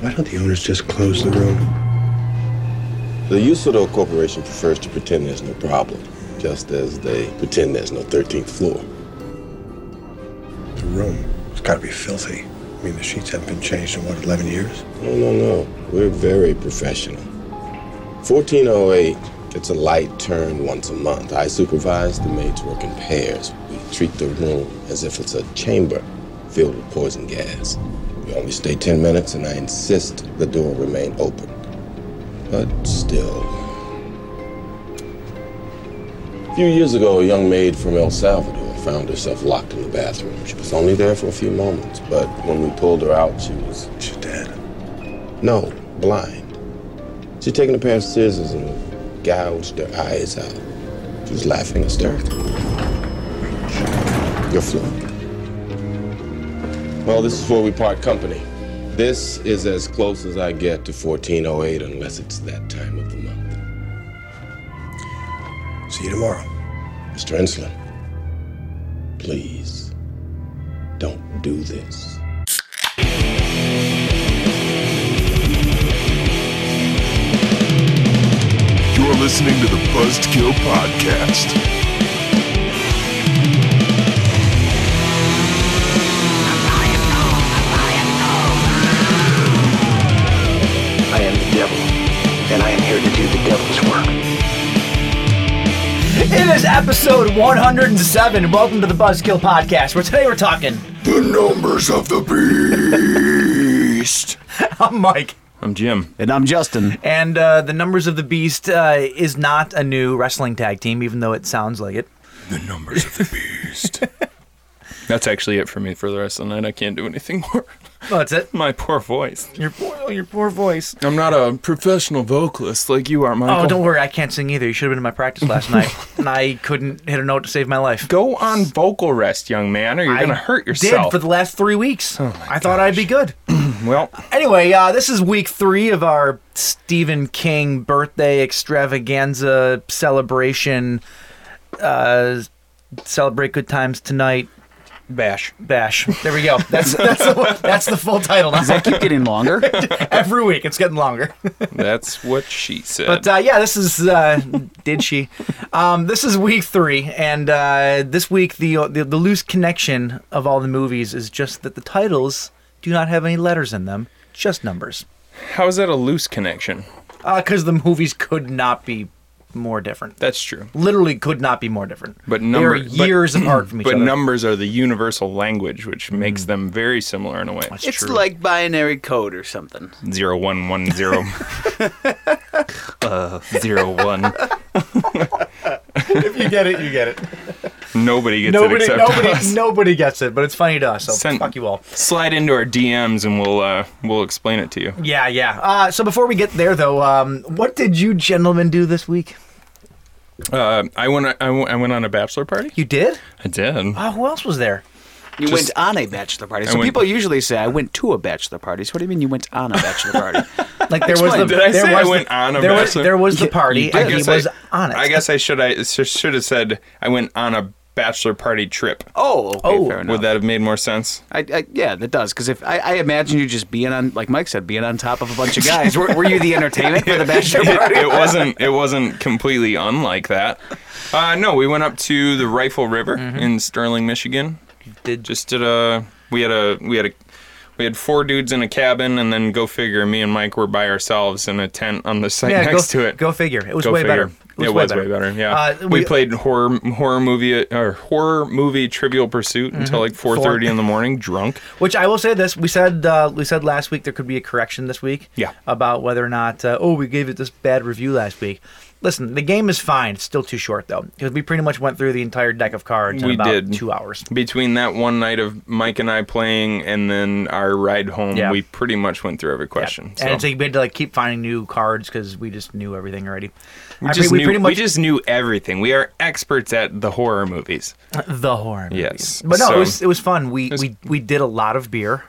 Why don't the owners just close the room? The Usador Corporation prefers to pretend there's no problem, just as they pretend there's no 13th floor. The room? It's gotta be filthy. I mean, the sheets haven't been changed in, what, 11 years? No, no, no. We're very professional. 1408 gets a light turn once a month. I supervise the maids work in pairs. We treat the room as if it's a chamber filled with poison gas. We only stay 10 minutes, and I insist the door remain open. But still. A few years ago, a young maid from El Salvador found herself locked in the bathroom. She was only there for a few moments, but when we pulled her out, she was She's dead. no, blind. She'd taken a pair of scissors and gouged her eyes out. She was laughing hysterically. Your floor. Well, this is where we part company. This is as close as I get to 1408 unless it's that time of the month. See you tomorrow. Mr. Insulin, please don't do this. You're listening to the Buzzkill Podcast. I am the devil, and I am here to do the devil's work. It is episode 107. Welcome to the Buzzkill Podcast, where today we're talking. The numbers of the beast. I'm Mike. I'm Jim. And I'm Justin. And uh, the Numbers of the Beast uh, is not a new wrestling tag team, even though it sounds like it. The numbers of the beast. That's actually it for me for the rest of the night. I can't do anything more. Oh, that's it. My poor voice. Your poor, oh, your poor voice. I'm not a professional vocalist like you are, Michael. Oh, don't worry. I can't sing either. You should have been in my practice last night, and I couldn't hit a note to save my life. Go on vocal rest, young man, or you're going to hurt Did yourself. Oh for the last three weeks. I thought I'd be good. well, Anyway, uh, this is week three of our Stephen King birthday extravaganza celebration. Uh, celebrate good times tonight. Bash, bash. There we go. That's that's the, that's the full title. now. Keep getting longer. Every week, it's getting longer. that's what she said. But uh, yeah, this is uh, did she? Um, this is week three, and uh, this week the, the the loose connection of all the movies is just that the titles do not have any letters in them, just numbers. How is that a loose connection? because Uh, the movies could not be more different. That's true. Literally, could not be more different. But they're number- but- years apart from each But other. Hmm. numbers are the universal language, which makes them very similar in a way. It's like binary code or something. Zero one one zero. uh, zero one. if you get it, you get it. Nobody gets it nobody, except us. nobody, nobody gets it. But it's funny to us. So Send- fuck you all. Slide into our DMs and we'll uh, we'll explain it to you. Yeah, yeah. Uh, so before we get there, though, um, what did you gentlemen do this week? Uh, I went I went- I went on a bachelor party. You did? I did. Uh, who else was there? You went on a bachelor party. So went- people usually say, I went to a bachelor party. So what do you mean you went on a bachelor party? Like there was the Explain. Did I there say was I the- went on a there was, bachelor- there was the party and he guess was on it. I guess I should I sh- should have said I went on a bachelor party trip. oh, okay, Oh. fair enough. Would that have made more sense? I, I, yeah, that does. Because if I, I imagine you just being on, like Mike said, being on top of a bunch of guys. were, were you the entertainment for the bachelor It, party? it wasn't it wasn't completely unlike that. Uh, no, we went up to the Rifle River in Sterling, Michigan. Mm-hmm. did Just did a we had a we had a we had four dudes in a cabin, and then go figure, me and Mike were by ourselves in a tent on the site yeah, next go, to it. Go figure. It was Go way figure. better. It was way better. Yeah, Uh, we, played horror horror movie or horror movie Trivial Pursuit until Mm-hmm. like four thirty in the morning, drunk. Which I will say this: we said uh, we said last week there could be a correction this week. Yeah. About whether or not uh, oh we gave it this bad review last week. Listen, the game is fine. It's still too short though because we pretty much went through the entire deck of cards in We about did. two hours. Between that one night of Mike and I playing, and then our ride home, Yeah. we pretty much went through every question. And it's so. like we had to like keep finding new cards because we just knew everything already. we I just mean, knew we pretty much we just knew everything. We are experts at the horror movies. the horn. Yes, But no, it so- was it was fun. We was- we we did a lot of beer.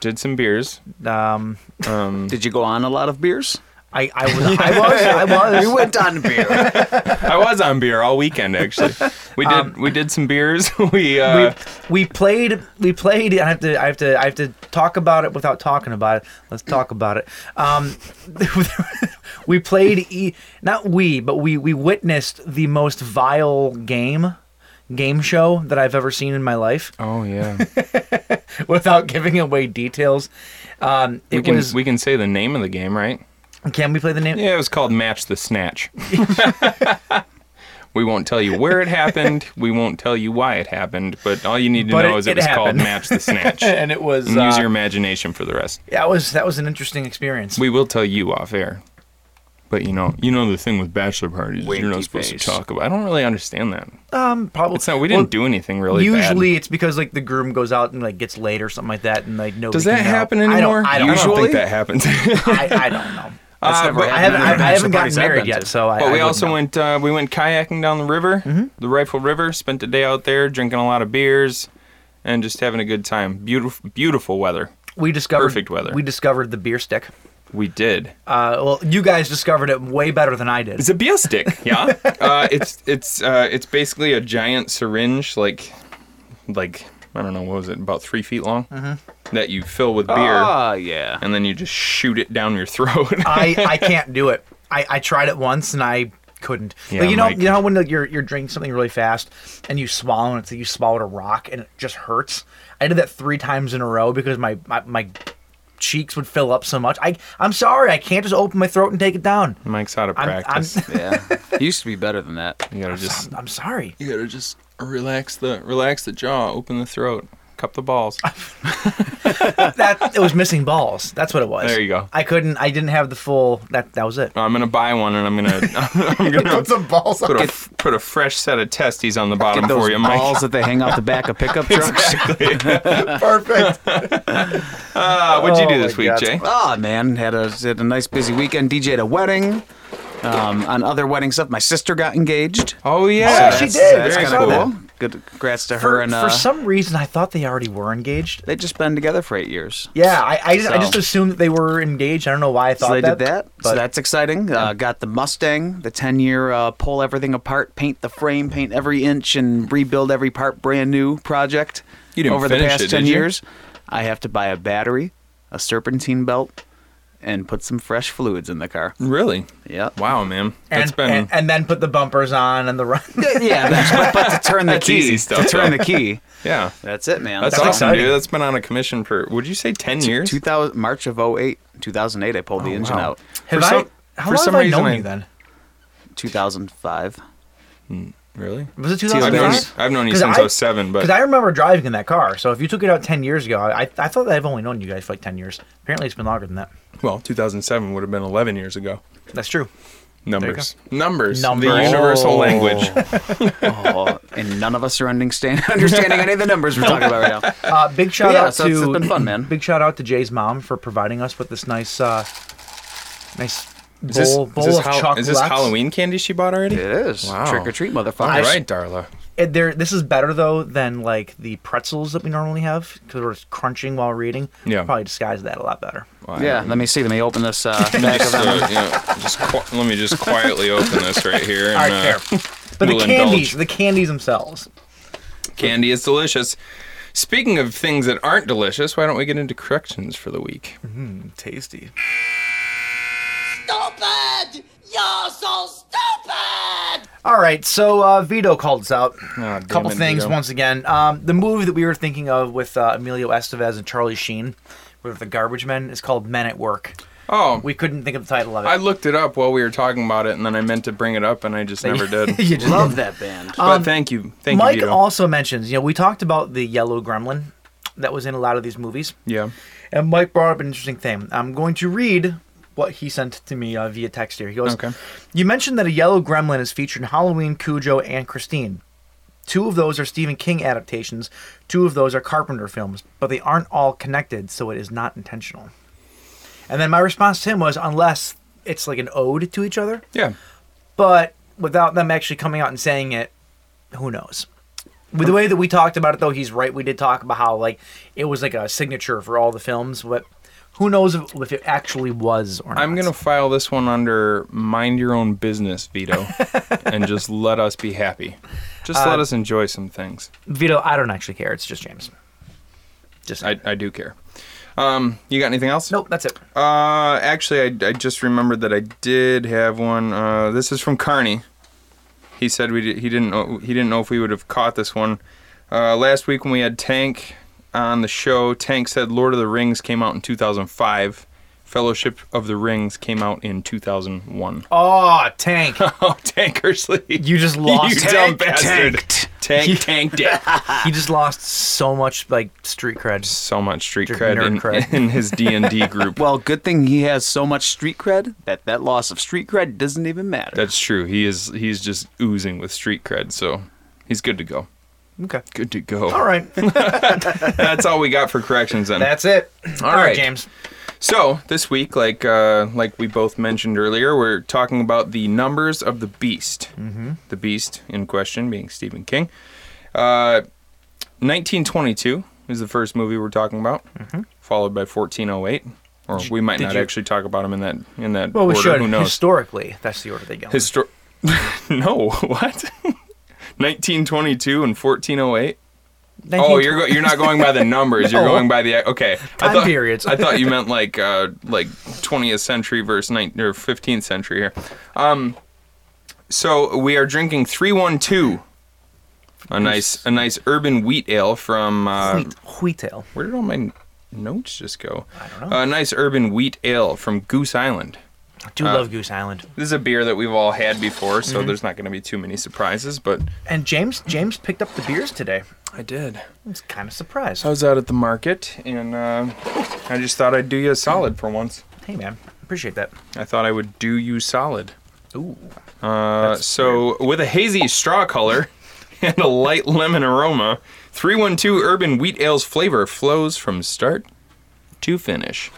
Did some beers. Um, Did you go on a lot of beers? I, I was, I was, I was. We went on beer. I was on beer all weekend actually. We did we did some beers. We uh, Um, we, we played we played I have to I have to I have to talk about it without talking about it. Let's talk about it. Um, we played e- not we but we we witnessed the most vile game game show that I've ever seen in my life oh yeah. without giving away details. Um, We it can was we can say the name of the game, right? can we play the name? Yeah, it was called Match the Snatch. we won't tell you where it happened. We won't tell you why it happened. But all you need to But know it- is it, it was called happened. Match the Snatch. And it was And use uh, your imagination for the rest. that was that was an interesting experience. We will tell you off air. But you know, you know the thing with bachelor parties, is you're Winky not supposed face. to talk about. I don't really understand that. um, probably It's not. We didn't do anything really. bad. Usually, it's because like the groom goes out and like gets laid or something like that, and like no. does that happen anymore? I don't, I don't, Usually? know. think that happens. I, I don't know. Uh, but- I haven't, Neither I, I bachelor haven't gotten parties I've married been yet, to. so I. I But we wouldn't also know. went Mm-hmm. uh, we went kayaking down the river, the Rifle River. Spent a day out there drinking a lot of beers, and just having a good time. Beautiful, beautiful weather. We discovered perfect weather. We discovered the beer stick. We did. Uh, well, you guys discovered it way better than I did. It's a beer stick. Yeah. uh, it's it's uh, it's basically a giant syringe, like like I don't know what was it, about three feet long, Mm-hmm. that you fill with beer, Ah, yeah. and then you just shoot it down your throat. I, I can't do it. I, I tried it once and I couldn't. Yeah, Like, you know Mike. you know how when like, you're you're drinking something really fast and you swallow and it's like you swallowed a rock and it just hurts. I did that three times in a row because my my, my cheeks would fill up so much. I I'm sorry, I can't just open my throat and take it down. Mike's out of I'm- I'm- practice. Yeah. It used to be better than that. you gotta just I'm sorry. you gotta just relax the relax the jaw, open the throat, cup the balls. That it was missing balls. That's what it was. There you go. I couldn't. I didn't have the full. That that was it. I'm gonna buy one and I'm gonna I'm gonna put, balls a, put a fresh set of testes on the bottom Get for those you, Mike. balls that they hang off the back of pickup trucks. Perfect. Uh, what'd you do Oh this my week, God. Jay? Oh man, had a had a nice busy weekend. DJed a wedding. Um, on other wedding stuff, my sister got engaged. Oh yeah, she that's- did. Very I That's saw kind cool. of cool. Good, congrats to her for, and for uh, some reason, I thought they already were engaged. they've just been together for eight years. Yeah, I I, just- I So- just assumed that they were engaged. I don't know why I thought So they that. did that. but- so that's exciting. Uh, got the Mustang, the 10 year uh, pull everything apart, paint the frame, paint every inch, and rebuild every part brand new project You didn't over the finish past it, 10 did you? years. I have to buy a battery, a serpentine belt, and put some fresh fluids in the car. Really? Yep. Wow, man. and, That's been and, and then put the bumpers on and the run. yeah, that's- but, but to turn the That's key, easy stuff, to turn though. the key. yeah. That's it, man. That's, That's awesome, exciting. dude. That's been on a commission for would you say ten years? 2000, March of 08, 2008, I pulled the engine wow. out. Have For I? some- how for long some have I reason known I- you then? 2005. Really? Was it I've 2005? known, you- I've known you since 07, Because but I remember driving in that car. So if you took it out 10 years ago, I, I thought that I've only known you guys for like 10 years. Apparently, it's been longer than that. well, 2007 would have been 11 years ago. That's true. Numbers, numbers, the Numbers. universal Oh. language. Oh, and none of us are understand, understanding any of the numbers we're talking about right now. Uh, big shout Yeah, out so to it's- it's been fun, man. Big shout out to Jay's mom for providing us with this nice, uh, nice bowl, Is this, bowl is this, of Hal- chocolate. is this Halloween candy she bought already? It is. Wow. Trick or treat, All motherfuckers. right, Darla. It, there, this is better though than like the pretzels that we normally have because we're just crunching while we're eating. Yeah. probably disguise that a lot better. Yeah, let me see. Let me open this. Uh, bag of Just, them. uh, you know, just qui- let me just quietly open this right here. And, All right, uh, fair. But we'll the indulge. candies, the candies themselves. Candy is delicious. Speaking of things that aren't delicious, why don't we get into corrections for the week? Tasty. stupid! You're so stupid! All right, so uh, Vito called us out. Ah, damn A couple it, things Vito. once again. Um, the movie that we were thinking of with uh, Emilio Estevez and Charlie Sheen, with the garbage men, is called Men at Work. Oh, We couldn't think of the title of it. I looked it up while we were talking about it, and then I meant to bring it up, and I just never did. You just- Love that band. But thank you, thank Mike you, Vito. also mentions, you know, we talked about the yellow gremlin that was in a lot of these movies, yeah. and Mike brought up an interesting thing. I'm going to read what he sent to me uh, via text here. He goes, Okay. "You mentioned that a yellow gremlin is featured in Halloween, Cujo, and Christine. Two of those are Stephen King adaptations. Two of those are Carpenter films, but they aren't all connected, so it is not intentional." And then my response to him was, "Unless it's like an ode to each other." Yeah. but without them actually coming out and saying it, who knows? With the way that we talked about it, though, he's right. We did talk about how like it was like a signature for all the films, but Who knows if, if it actually was or not? I'm gonna file this one under mind your own business, Vito, and just let us be happy. Just let us enjoy some things. Vito. I don't actually care. It's just James. Just I, I do care. Um, you got anything else? nope. That's it. Uh, actually, I, I just remembered that I did have one. Uh, this is from Carney. He said we did, he didn't know he didn't know if we would have caught this one. Uh, last week when we had Tank on the show, Tank said Lord of the Rings came out in 2005. Fellowship of the Rings came out in 2001. Oh, tank. Oh, Tank Kersley. You just lost. you Tank dumb bastard. tanked. Tank tanked it. he just lost so much like street cred. So much street Just cred nerd in, cred. in his D&D group. Well, good thing he has so much street cred that that loss of street cred doesn't even matter. That's true. He is he's just oozing with street cred, so he's good to go. Okay. Good to go. All right. That's all we got for corrections then. That's it. All right. right, James. so this week, like uh, like we both mentioned earlier, we're talking about the numbers of the beast. Mm-hmm. The beast in question being Stephen King. Uh, 1922 is the first movie we're talking about, followed by 1408. Or we might Mm-hmm. did not you- actually talk about them in that in that Well, we order. should. Who knows? Historically, that's the order they go. Histo- no, what? 1922 and 1408. Oh, you're go- you're not going by the numbers. You're No. going by the okay. Time I thought, periods. I thought you meant like uh like 20th century versus 19 or 15th century here. Um, so we are drinking 312, a nice a nice urban wheat ale from uh, Wheat, wheatail. where did all my notes just go? I don't know. A nice urban wheat ale from Goose Island. I do uh, love Goose Island. This is a beer that we've all had before, so there's not going to be too many surprises. But And James James picked up the beers today. I did. I was kind of surprised. I was out at the market, and uh, I just thought I'd do you a solid for once. Hey, man. Appreciate that. I thought I would do you solid. Ooh. Uh, so, with a hazy straw color and a light lemon aroma, 312 Urban Wheat Ale's flavor flows from start to finish.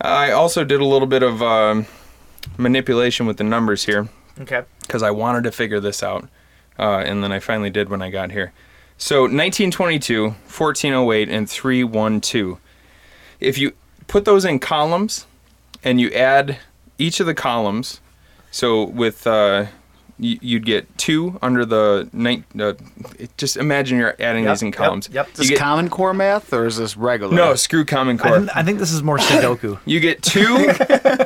I also did a little bit of um, manipulation with the numbers here Okay. because I wanted to figure this out. Uh, and then I finally did when I got here. So 1922, 1408, and 312. If you put those in columns and you add each of the columns, so with uh, y- you'd get two under the nine. Uh, it- just imagine you're adding Yep, these in yep, columns. yep. Is You this get, Common Core math or is this regular? no, screw Common I, Core. th- I think this is more Sudoku. You get two.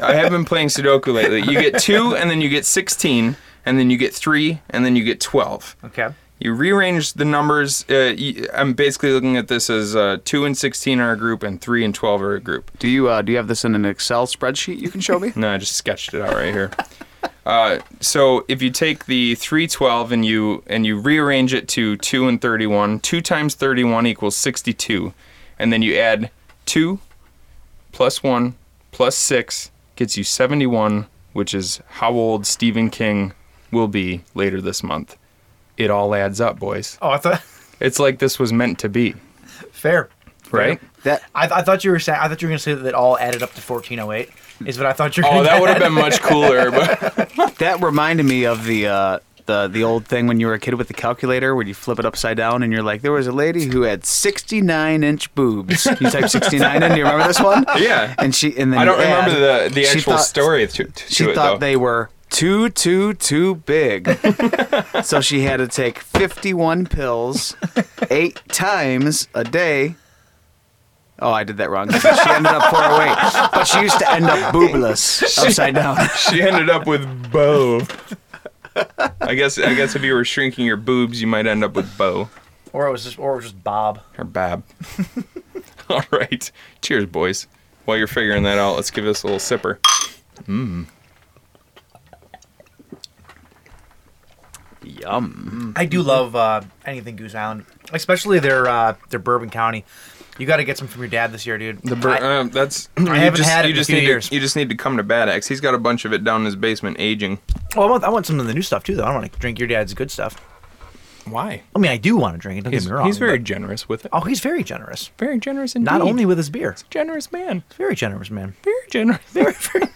I have been playing Sudoku lately. You get two, and then you get 16, and then you get three, and then you get 12. Okay. You rearrange the numbers. Uh, y I'm basically looking at this as uh, 2 and 16 are a group, and 3 and 12 are a group. Do you uh, do you have this in an Excel spreadsheet you can show me? No, I just sketched it out right here. Uh, so if you take the 312 and you and you rearrange it to 2 and 31, 2 times 31 equals 62, and then you add 2 plus 1 plus 6 gets you 71, which is how old Stephen King will be later this month. It all adds up, boys. Oh, I thought. It's like this was meant to be, Fair. right? That I, th- I thought you were saying. I thought you were going to say that it all added up to 1408. Is what I thought you were. Oh, gonna that would have been much cooler, but that reminded me of the uh, the the old thing when you were a kid with the calculator where you flip it upside down and you're like, there was a lady who had 69 inch boobs. You type 69 in. Do you remember this one? yeah. And she and then I don't you add- remember the, the she actual thought- story to, to She it, thought though. they were too too too big, so she had to take 51 pills eight times a day. Oh, I did that wrong. She ended up far away, but she used to end up boobless upside down. she ended up with Bo. I guess I guess if you were shrinking your boobs, you might end up with Bo Or it was just. Or it was just Bob. or Bab. All right, cheers, boys. While you're figuring that out, let's give this a little sipper. Yum. I do love uh, anything Goose Island, especially their uh, their Bourbon County. You got to get some from your dad this year, dude. The bur- I- um, that's I haven't had it you in a just few need years. To, you just need to come to Bad Axe. He's got a bunch of it down in his basement, aging. well, I want, I want some of the new stuff too, though. I want to drink your dad's good stuff. Why? I mean, I do want to drink it. Don't He's, get me wrong. he's very but- generous with it. oh, he's very generous. Very generous indeed. Not only with his beer, generous man. very generous man. Very generous. Very, very.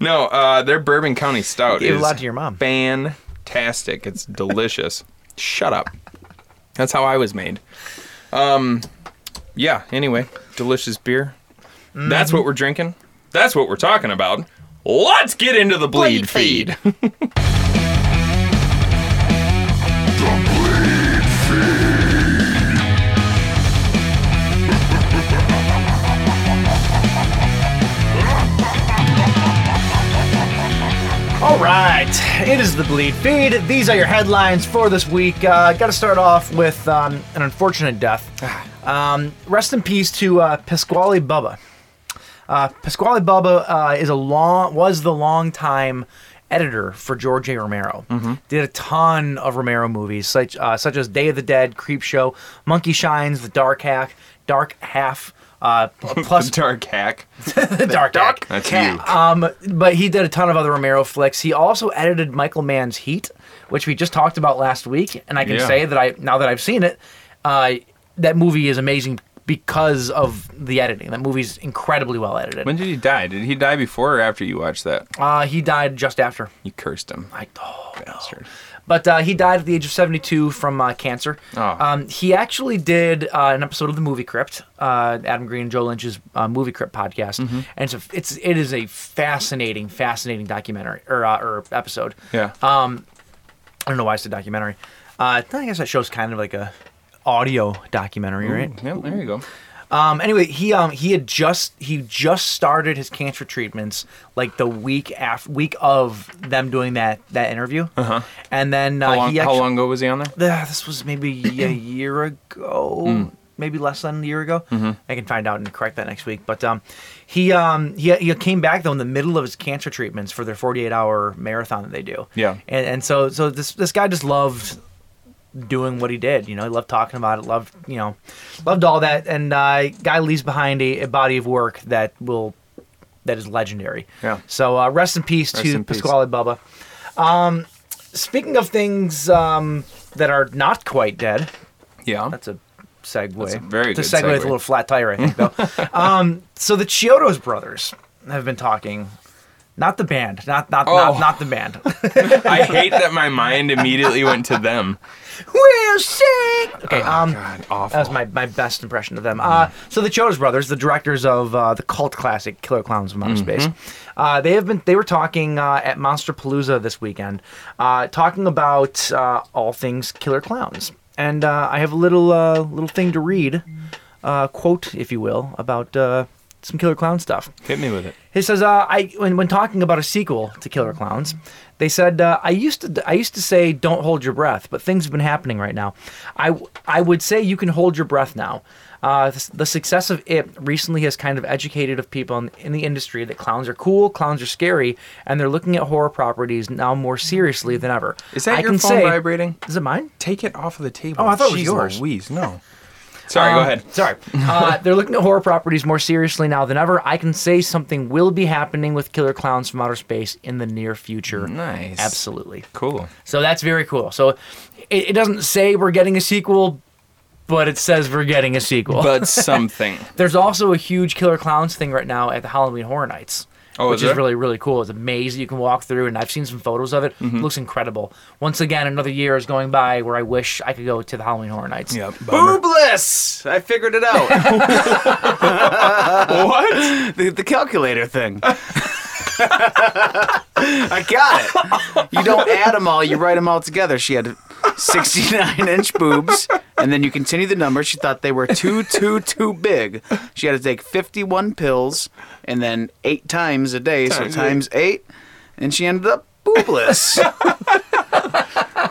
no, uh, their Bourbon County Stout Give a is lot to your mom. fantastic. It's delicious. Shut up. That's how I was made. Um, yeah. Anyway, delicious beer. That's Mm-hmm. what we're drinking. That's what we're talking about. Let's get into the bleed, feed. All right, it is the Bleed Feed. These are your headlines for this week. Uh, Got to start off with um, an unfortunate death. Um, rest in peace to uh, Pasquale Bubba. Uh, Pasquale Bubba uh, is a long was the longtime editor for George A. Romero. Did a ton of Romero movies, such uh, such as Day of the Dead, Creep Show, Monkey Shines, The Dark Hack, Dark Half. Uh, plus Dark hack. the dark, dark That's you. but he did a ton of other Romero flicks. He also edited Michael Mann's Heat, which we just talked about last week, and I can Yeah. say that I now that I've seen it, uh, that movie is amazing because of the editing. That movie's incredibly well edited. When did he die? Did he die before or after you watched that? Uh, he died just after. You cursed him. I, oh, Bastard. But uh, he died at the age of 72 from uh, cancer. Oh. Um, he actually did uh, an episode of the Movie Crypt, uh, Adam Green and Joe Lynch's uh, Movie Crypt podcast, Mm-hmm. and it's a, it's it is a fascinating, fascinating documentary or uh, or episode. Yeah. Um, I don't know why it's a documentary. Uh, I guess that show's kind of like a audio documentary, right? yeah, there you go. Um, anyway, he um he had just he just started his cancer treatments like the week after week of them doing that that interview. Uh-huh. And then uh, How long, he how actu- long ago was he on there? Ah, this was maybe a year ago, maybe less than a year ago. I can find out and correct that next week. But um, he um he, he came back though in the middle of his cancer treatments for their 48 hour marathon that they do. Yeah. And and so so this this guy just loved doing what he did. You know, he loved talking about it. Loved you know, loved all that. And uh, guy leaves behind a, a body of work that will that is legendary. Yeah. So uh, rest in peace Rest to in peace. Pasquale Bubba. Um, speaking of things um, that are not quite dead, Yeah. that's a segue. a very to good segue segue. with a little flat tire, I think. Though. um, so the Chiodos brothers have been talking. Not the band, not not Oh. not, not the band. I hate that my mind immediately went to them. we'll sing. Okay, um, Oh, God, awful. Mm-hmm. That was my, my best impression of them. Uh, so the Chodas brothers, the directors of uh, the cult classic Killer Clowns from Outer Mm-hmm. Space, uh, they have been they were talking uh, at Monster Palooza this weekend, uh, talking about uh, all things Killer Clowns. And uh, I have a little uh, little thing to read, uh, quote if you will, about uh, some Killer Clown stuff. Hit me with it. He says, uh, "I when, when talking about a sequel to Killer Clowns, they said uh, I used to I used to say don't hold your breath, but things have been happening right now. I I would say you can hold your breath now. Uh, the, the success of it recently has kind of educated of people in, in the industry that clowns are cool, clowns are scary, and they're looking at horror properties now more seriously than ever. Is that I your can phone say- vibrating? Is it mine? Take it off of the table. Oh, I thought it was Jeez yours. Louise, no. Sorry, go Um, ahead. Sorry. Uh, they're looking at horror properties more seriously now than ever. I can say something will be happening with Killer Clowns from Outer Space in the near future. Nice. Absolutely. Cool. So that's very cool. So it, it doesn't say we're getting a sequel, but it says we're getting a sequel. But something. There's also a huge Killer Clowns thing right now at the Halloween Horror Nights. Oh, which is is there? really really cool. It's a maze that you can walk through, and I've seen some photos of it. Mm-hmm. It looks incredible. Once again, another year is going by where I wish I could go to the Halloween Horror Nights. Yep. Boobless! I figured it out. What? the, the calculator thing. I got it. You don't add them all, you write them all together. She had 69 inch boobs, and then you continue the number. She thought they were too, too, too big. She had to take 51 pills, and then eight times a day, so times eight, and she ended up boobless.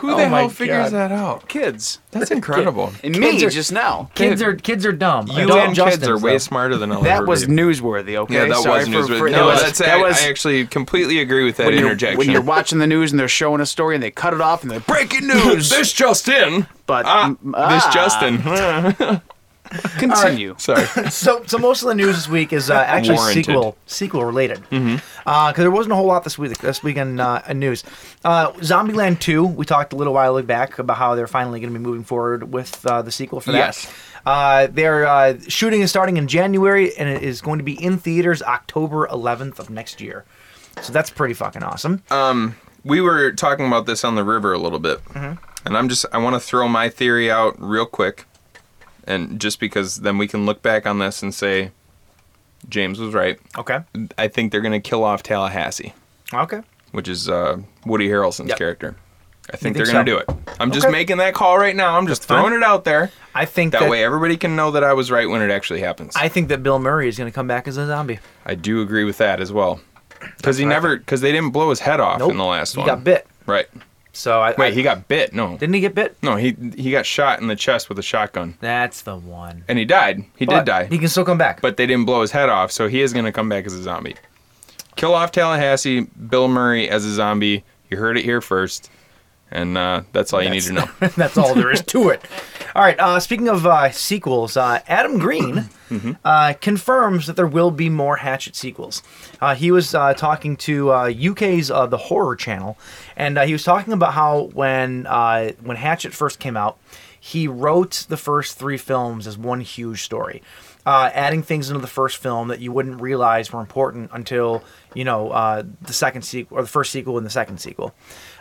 Who the my hell figures God. that out? Kids. That's incredible. And Kids me are- just now. Kids are kids are dumb. You Adult and kids Justins, are way though. smarter than all That was newsworthy, okay? Yeah, that Sorry was for- news. for- no, that was- that's that I, was- I actually completely agree with that when you're, interjection. when you're watching the news and they're showing a story and they cut it off and they're breaking news. this Justin, but ah, mm, this ah, Justin. continue. Sorry. So, so most of the news this week is uh, actually Warranted. Mm-hmm. sequel sequel related. Because there wasn't a whole lot this week this weekend uh, in news. Uh, Zombieland Two, we talked a little while back about how they're finally going to be moving forward with uh, the sequel for that. Yes. Uh, they're uh, shooting is starting in January, and it is going to be in theaters October 11th of next year. So that's pretty fucking awesome. Uh, we were talking about this on the river a little bit, Mm-hmm. and I'm just I want to throw my theory out real quick, and just because then we can look back on this and say James was right. Okay. I think they're going to kill off Tallahassee, Okay. which is uh, Woody Harrelson's Yep. character. I think You they're think going to do so? it. I'm just Okay. making that call right now. I'm just fine. throwing it out there. I think That that, way everybody can know that I was right when it actually happens. I think that Bill Murray is going to come back as a zombie. I do agree with that as well. Because he never, because they didn't blow his head off Nope. in the last he one. got bit. Right. So I Wait, I- he got bit. No. didn't he get bit? No, he he got shot in the chest with a shotgun, That's the one. and he died. He But did die, He can still come back. but they didn't blow his head off, so he is going to come back as a zombie. Kill off Tallahassee, Bill Murray as a zombie. You heard it here first, and uh, that's all you need to know. That's all there is to it. All right. Uh, speaking of uh, sequels, uh, Adam Green uh, confirms that there will be more Hatchet sequels. Uh, he was uh, talking to uh, UK's uh, The Horror Channel, and uh, he was talking about how when uh, when Hatchet first came out, he wrote the first three films as one huge story. Uh, adding things into the first film that you wouldn't realize were important until you know uh, the second sequel or the first sequel and the second sequel.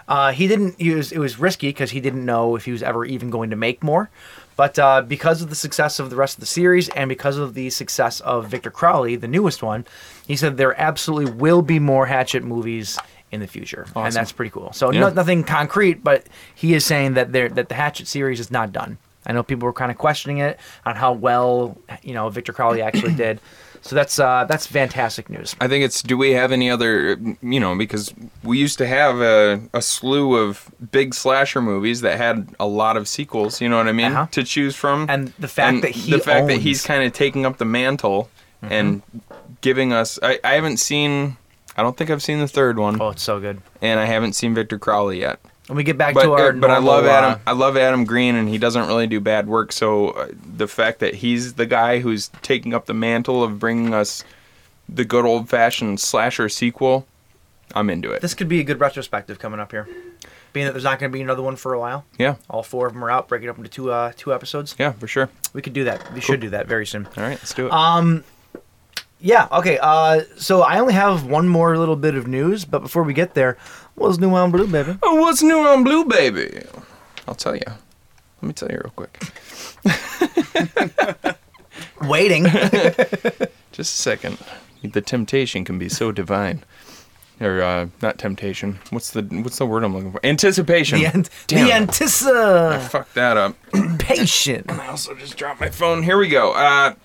Uh, he didn't. He was, it was risky because he didn't know if he was ever even going to make more. But uh, because of the success of the rest of the series and because of the success of Victor Crowley, the newest one, he said there absolutely will be more Hatchet movies in the future, and that's pretty cool. So no, Yeah. nothing concrete, but he is saying that there that the Hatchet series is not done. I know people were kind of questioning it on how well you know Victor Crowley actually did. So that's uh, that's fantastic news. I think it's do we have any other, you know, because we used to have a, a slew of big slasher movies that had a lot of sequels, you know what I mean, Uh-huh. to choose from. And the fact that he the fact that owns- Mm-hmm. he's kind of taking up the mantle and giving us, I, I haven't seen, I don't think I've seen the third one, Oh, it's so good. and I haven't seen Victor Crowley yet. When we get back But, to our uh, but I normal, love uh, Adam. I love Adam Green, and he doesn't really do bad work. So uh, the fact that he's the guy who's taking up the mantle of bringing us the good old fashioned slasher sequel, I'm into it. This could be a good retrospective coming up here, being that there's not going to be another one for a while. yeah, All four of them are out. Break it up into two uh, two episodes. yeah, for sure. We could do that. We should do that very soon. All right, let's do it. Uh, Yeah. Okay. Uh, so I only have one more little bit of news, but before we get there, what's new on Blue Baby? oh, what's new on Blue Baby? I'll tell you. Let me tell you real quick. Waiting. Just a second. The temptation can be so divine. Or uh, not temptation. What's the what's the word I'm looking for? Anticipation. the ant- Damn, the anticipation. fuck that up. I also just dropped my phone. Here we go. Uh,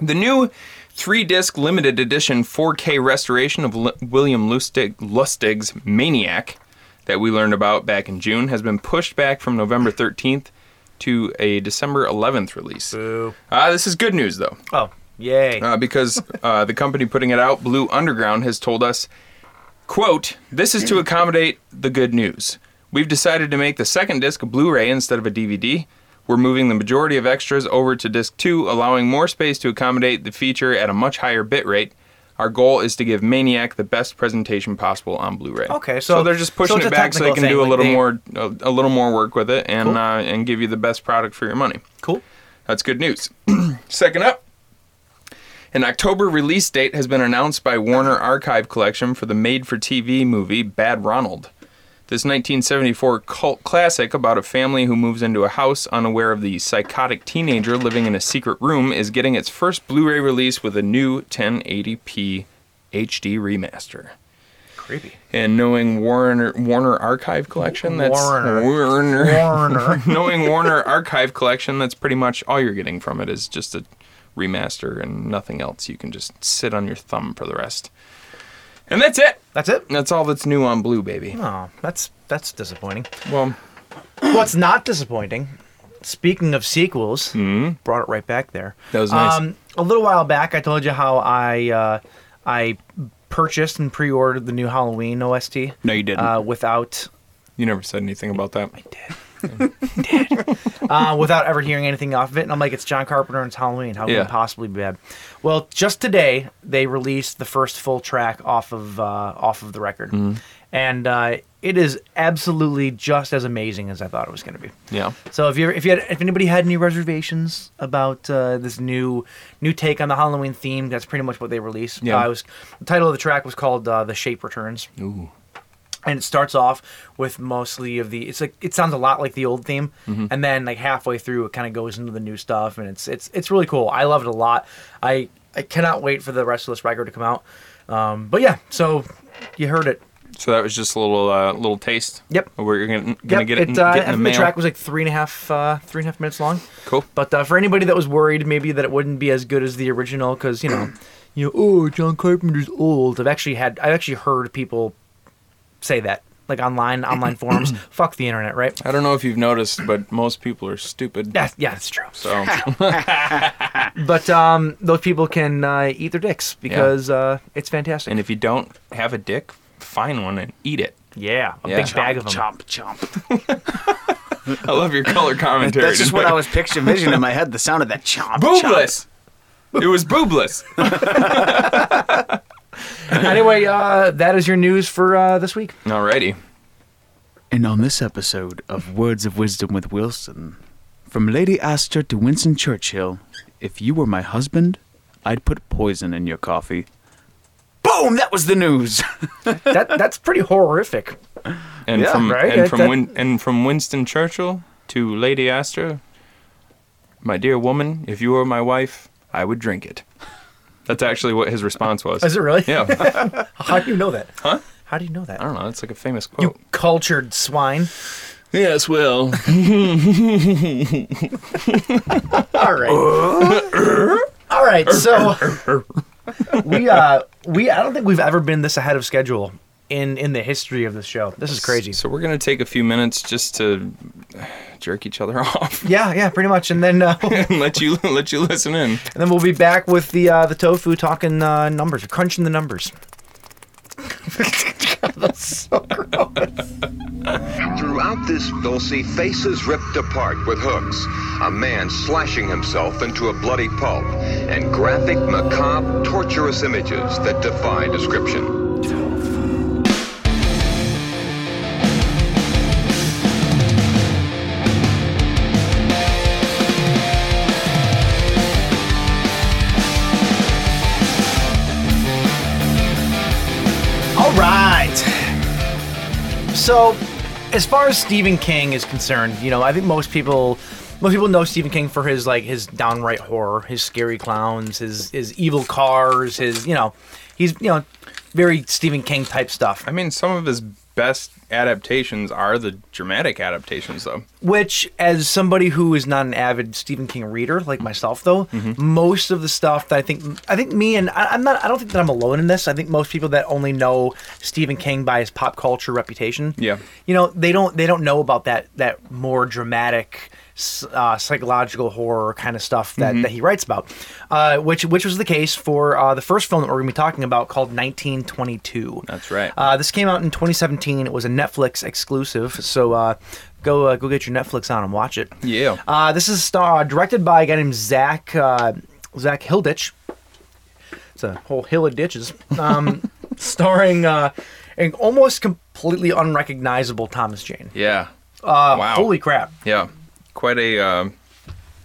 the new three disc limited edition 4K restoration of L- William Lustig- Lustig's Maniac that we learned about back in June has been pushed back from November 13th to a December 11th release. Uh, this is good news, though Oh, yay! uh, because uh, the company putting it out, Blue Underground, has told us, "quote This is Mm-hmm. to accommodate the good news. We've decided to make the second disc a Blu-ray instead of a DVD. We're moving the majority of extras over to disc two, allowing more space to accommodate the feature at a much higher bit rate." Our goal is to give Maniac the best presentation possible on Blu-ray. Okay, so- they're just so pushing it's it a back so they technical can thing, do a like little they- more, a, a little more work with it, and uh, and give you the best product for your money. Cool. That's good news. Second up, an October release date has been announced by Warner Archive Collection for the made for TV movie Bad Ronald. This 1974 cult classic about a family who moves into a house unaware of the psychotic teenager living in a secret room is getting its first Blu ray release with a new 1080p HD remaster. Creepy. And knowing Warner Warner Archive Collection, that's Warner. Warner Warner. knowing Warner Archive Collection, that's pretty much all you're getting from it is just a remaster and nothing else. You can just sit on your thumb for the rest. And that's it. That's it. That's all that's new on Blue Baby. Oh, that's that's disappointing. Well, What's not disappointing? Speaking of sequels, brought it right back there. Hmm? That Um, was nice. a little while back, I told you how I uh, I purchased and pre-ordered the new Halloween OST. No, you didn't. Uh, without you never said anything about that. uh, without ever hearing anything off of it. And I'm like, it's John Carpenter and it's Halloween. How Yeah. can it possibly be bad? Well, just today they released the first full track off of uh, off of the record, Hmm. and uh, it is absolutely just as amazing as I thought it was going to be. Yeah. So if you if you had, if anybody had any reservations about uh, this new new take on the Halloween theme, that's pretty much what they released. Yeah. Uh, it was the title of the track was called uh, "The Shape Returns." Ooh. And it starts off with mostly of the it's like it sounds a lot like the old theme, Mm-hmm. and then like halfway through it kind of goes into the new stuff, and it's it's it's really cool. I love it a lot. I I cannot wait for the rest of this record to come out. Um, but yeah, so you heard it. So that was just a little uh, little taste. Yep. Of where you're gonna, gonna Yep, get it, in- uh, get I in the think mail. the track was like three and a half, uh, three and a half minutes long. cool. But uh, for anybody that was worried, maybe that it wouldn't be as good as the original, because you know, you know, oh, John Carpenter's old. I've actually had, I've actually heard people say that, like online, online forums. Fuck the internet, right? I don't know if you've noticed, but most people are stupid. Yeah, yeah, that's true. So But um, those people can uh, eat their dicks because uh, it's fantastic. and if you don't have a dick, find one and eat it. yeah, a Yeah. big bag of them. Chomp, chomp. I love your color commentary. That's just what tonight. I was picturing vision in my head. The sound of that chomp, chomp. Boobless. It was boobless. anyway, uh, that is your news for uh, this week. Alrighty. And on this episode of Words of Wisdom with Wilson, from Lady Astor to Winston Churchill, if you were my husband, I'd put poison in your coffee. Boom! That was the news. That that's pretty horrific. And Yeah, from right? and That- from that- Win- and from Winston Churchill to Lady Astor, my dear woman, if you were my wife, I would drink it. That's actually what his response was. Is it really? Yeah. How do you know that? Huh? How do you know that? I don't know. It's like a famous You quote. cultured swine. yes, well. All right. All right. So we uh we I don't think we've ever been this ahead of schedule in in the history of this show. This is crazy. So we're gonna take a few minutes just to jerk each other off Yeah, yeah, pretty much. And then uh, and and let you let you listen in. then we'll be back with the uh, the tofu talking uh, numbers, crunching the numbers. Throughout this, they'll see faces ripped apart with hooks, a man slashing himself into a bloody pulp, and graphic, macabre, torturous images that defy description. All right. So, as far as Stephen King is concerned, you know, I think most people most people know Stephen King for his like his downright horror, his scary clowns, his his evil cars, his you know, he's you know very Stephen King type stuff. I mean, some of his best adaptations are the dramatic adaptations, though. Which, as somebody who is not an avid Stephen King reader like myself, though, Mm-hmm. most of the stuff that I think I think me and I, I'm not I don't think that I'm alone in this. I think most people that only know Stephen King by his pop culture reputation, Yeah. you know they don't they don't know about that that more dramatic s- uh, psychological horror kind of stuff Mm-hmm. that, that he writes about uh, which which was the case for uh, the first film that we're going to be talking about called 1922 That's right. uh, this came out in 2017 it was a netflix exclusive so uh, go uh, go get your netflix on and watch it Yeah. uh, this is star directed by a guy named zach uh, zach hilditch it's a whole hill of ditches. Um, starring uh, an almost completely unrecognizable Thomas Jane. Yeah. Uh, wow. Holy crap! Yeah. Quite a uh,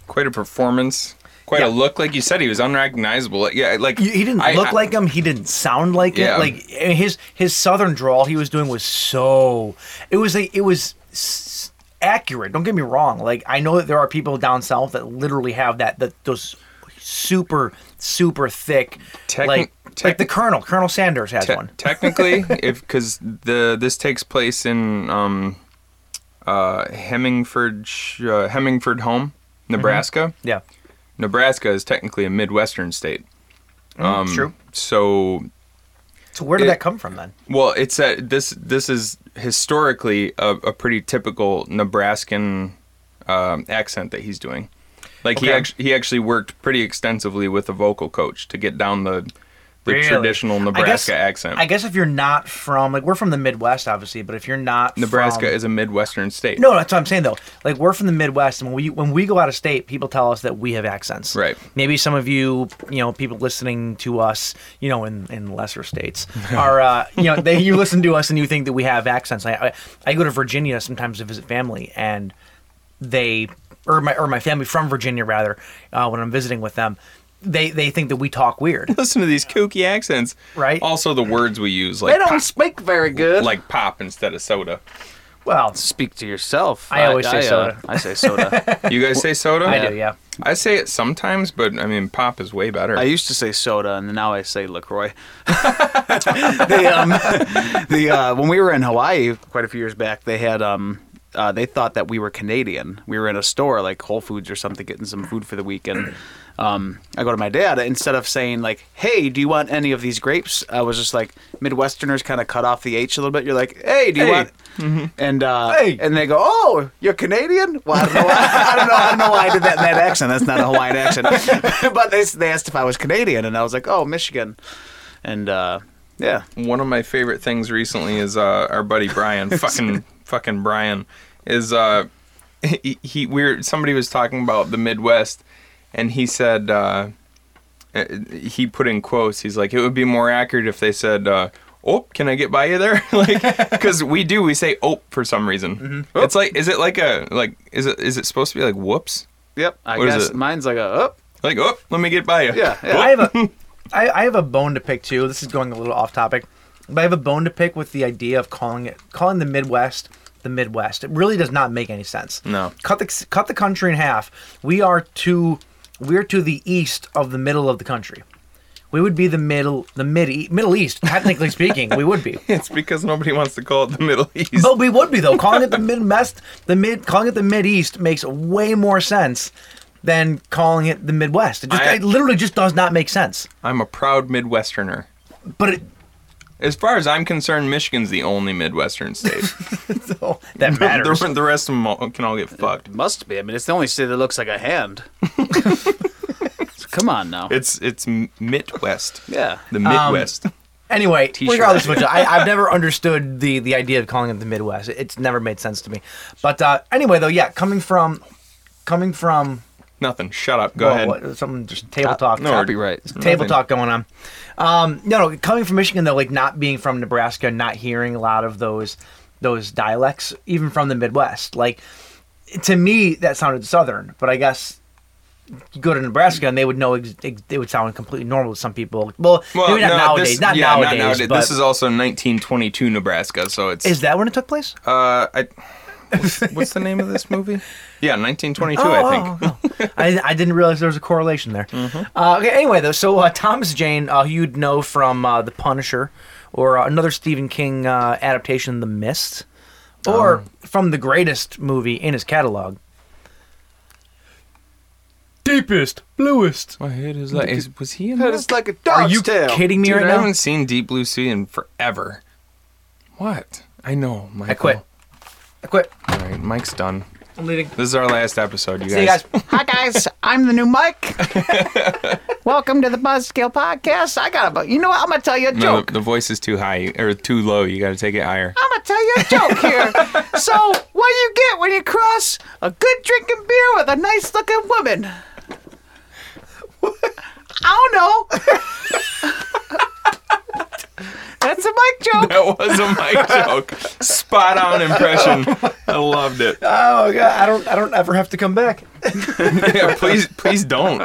quite a performance. Quite a Yeah. look. Like you said, he was unrecognizable. Like, Yeah. Like He he didn't I- look I- like him. He didn't sound like Yeah. it. Like and his his southern drawl he was doing was so. It was like it was s- accurate. Don't get me wrong. Like I know that there are people down south that literally have that that those super super thick Techni- like like techni- the Colonel Colonel Sanders has Te- one. technically, if because the this takes place in um, uh, Hemingford uh, Hemingford Home, Mm-hmm. Nebraska. Yeah, Nebraska is technically a midwestern state. Um, true. So So where did it- that come from then? Well, it's a, this. This is historically a, a pretty typical Nebraskan um, accent that he's doing. Like he Okay. actually he actually worked pretty extensively with a vocal coach to get down the the Really? traditional I guess- Nebraska accent. I guess if you're not from like we're from the Midwest, obviously, but if you're not Nebraska from, is a midwestern state. no, that's what I'm saying though. Like we're from the Midwest, and when we when we go out of state, people tell us that we have accents. Right. Maybe some of you, you know, people listening to us, you know, in, in lesser states, are uh, you know, they you listen to us and you think that we have accents. I I, I go to Virginia sometimes to visit family, and they or my or my family from Virginia rather, uh, when I'm visiting with them, they they think that we talk weird. Listen to these kooky accents. Right. Also, the words we use they like don't pop, speak very good. like pop instead of soda. Well, speak to yourself. I always say soda. I say soda. You guys say soda? I do, yeah. I say it sometimes, but I mean, pop is way better. I used to say soda, and now I say Lacroix. they, um, the uh, when we were in Hawaii quite a few years back, they had um, uh, they thought that we were Canadian. We were in a store like Whole Foods or something, getting some food for the weekend. Um, I go to my dad instead of saying like, "Hey, do you want any of these grapes?" I was just like, Midwesterners kind of cut off the H a little bit. You're like, "Hey, do you Hey. want?" And uh, and they go, "Oh, you're Canadian." Well, I don't know. Why, I don't know. I don't know why I did that in that accent. That's not a Hawaiian accent. but they they asked if I was Canadian, and I was like, "Oh, Michigan." And uh, yeah, One of my favorite things recently is uh, our buddy Brian, fucking fucking Brian, is uh, he, he we were somebody was talking about the Midwest, and he said uh, uh, he put in quotes. He's like, it would be more accurate if they said. Uh, Oh, can I get by you there? like, because we do, we say "oh" for some reason. Mm-hmm. It's like, is it like a like, is it is it supposed to be like "whoops"? yep. I What is guess it? mine's like a oh, Like, oh, let me get by you. yeah, yeah. I have a, I, I have a bone to pick too. This is going a little off topic, but I have a bone to pick with the idea of calling it calling the Midwest the Midwest. It really does not make any sense. No. cut the cut the country in half. We are to we're to the east of the middle of the country. We would be the middle the mid e, middle east technically speaking. We would be. It's because nobody wants to call it the Middle East. But we would be though. Calling it the Midwest, the mid, calling it the Mid East makes way more sense than calling it the Midwest. It, just, I- it literally just does not make sense. I'm a proud Midwesterner. But it, As far as I'm concerned, Michigan's the only Midwestern state. oh, that the, matters. the rest of them all, can all get fucked. Must be. I mean, it's the only city that looks like a hand. Come on now. It's it's M- Midwest. yeah. The Um, Midwest. Anyway, T-shirt. regardless of which, I, I've never understood the the idea of calling it the Midwest. It- It's never made sense to me. But uh, anyway, though, yeah, coming from coming from Nothing. Shut up. Go well, ahead. what- something just table talk. no, Copyright. It's table Nothing. talk going on. Um, no, no, coming from Michigan though, like not being from Nebraska, not hearing a lot of those those dialects, even from the Midwest. Like to me, that sounded southern, but I guess you go to Nebraska and they would know ex- ex- it would sound completely normal to some people. Well, maybe not nowadays. this, not, yeah, nowadays Not nowadays. But This is also 1922 Nebraska, so it's. is that when it took place? uh, I, what's, what's the name of this movie? Yeah, 1922, I think. Oh, Mm-hmm. I, I didn't realize there was a correlation there. Uh, okay, anyway, though, so uh, Thomas Jane, uh, who you'd know from uh, The Punisher or uh, another Stephen King uh, adaptation, The Mist, or Um. from the greatest movie in his catalog. Deepest, bluest. My head is like. Is, was he in that? It's like a Are dog's you tail. kidding me Dude, right I now? haven't seen Deep Blue Sea in forever. What? I know, Mike. I quit. I quit. All right, Mike's done. I'm leaving. This is our last episode, you See you guys. Hi guys, I'm the new Mike. Welcome to the Buzzkill Podcast. I got a. You know what? I'm gonna tell you a No, joke. the, the voice is too high you- or too low. You got to take it higher. I'm gonna tell you a joke here. so, what do you get when you cross a good drinking beer with a nice looking woman? I don't know. That's a Mike joke. That was a mic joke. Spot on impression. I loved it. Oh god, I don't, I don't ever have to come back. Yeah, please, please don't.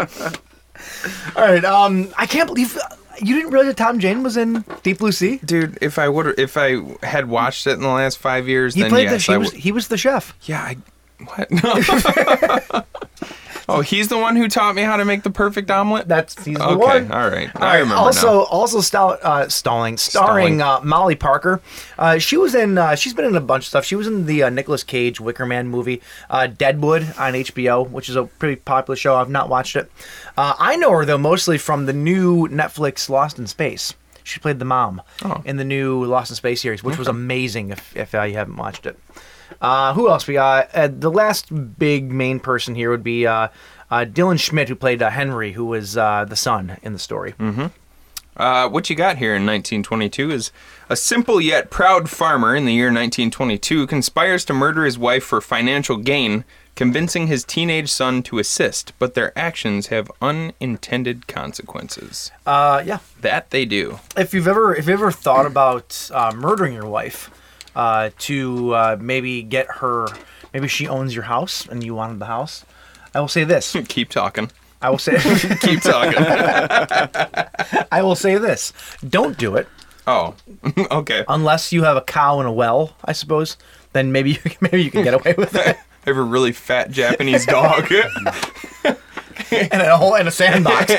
All right, um, I can't believe you didn't realize that Tom Jane was in Deep Blue Sea. Dude, if I would, if I had watched it in the last five years, He then played the. yes, He I was, would- he was the chef. Yeah, I. What? No. oh, he's the one who taught me how to make the perfect omelet. That's he's the okay, one. all right. All I right, remember also, now. also stout, uh, stalling, starring Stalling. Uh, Molly Parker. Uh, she was in. Uh, she's been in a bunch of stuff. She was in the uh, Nicolas Cage Wicker Man movie, uh, Deadwood on HBO, which is a pretty popular show. I've not watched it. Uh, I know her though mostly from the new Netflix Lost in Space. She played the mom Oh. in the new Lost in Space series, which was amazing. If if uh, you haven't watched it. Uh, who else we got? Uh, the last big main person here would be uh, uh, Dylan Schmidt, who played uh, Henry, who was uh, the son in the story. Hmm. Uh, what you got here in 1922 is a simple yet proud farmer in the year 1922 conspires to murder his wife for financial gain, convincing his teenage son to assist, but their actions have unintended consequences. Uh, yeah. That they do. If you've ever if you ever thought about uh, murdering your wife uh, to uh, maybe get her, maybe she owns your house and you wanted the house. I will say this. Keep talking. I will say. Keep talking. I will say this. Don't do it oh, okay. I unless you have a cow in a well. I suppose. Then maybe you maybe you can get away with it. have a really fat Japanese dog. and a hole and a sandbox.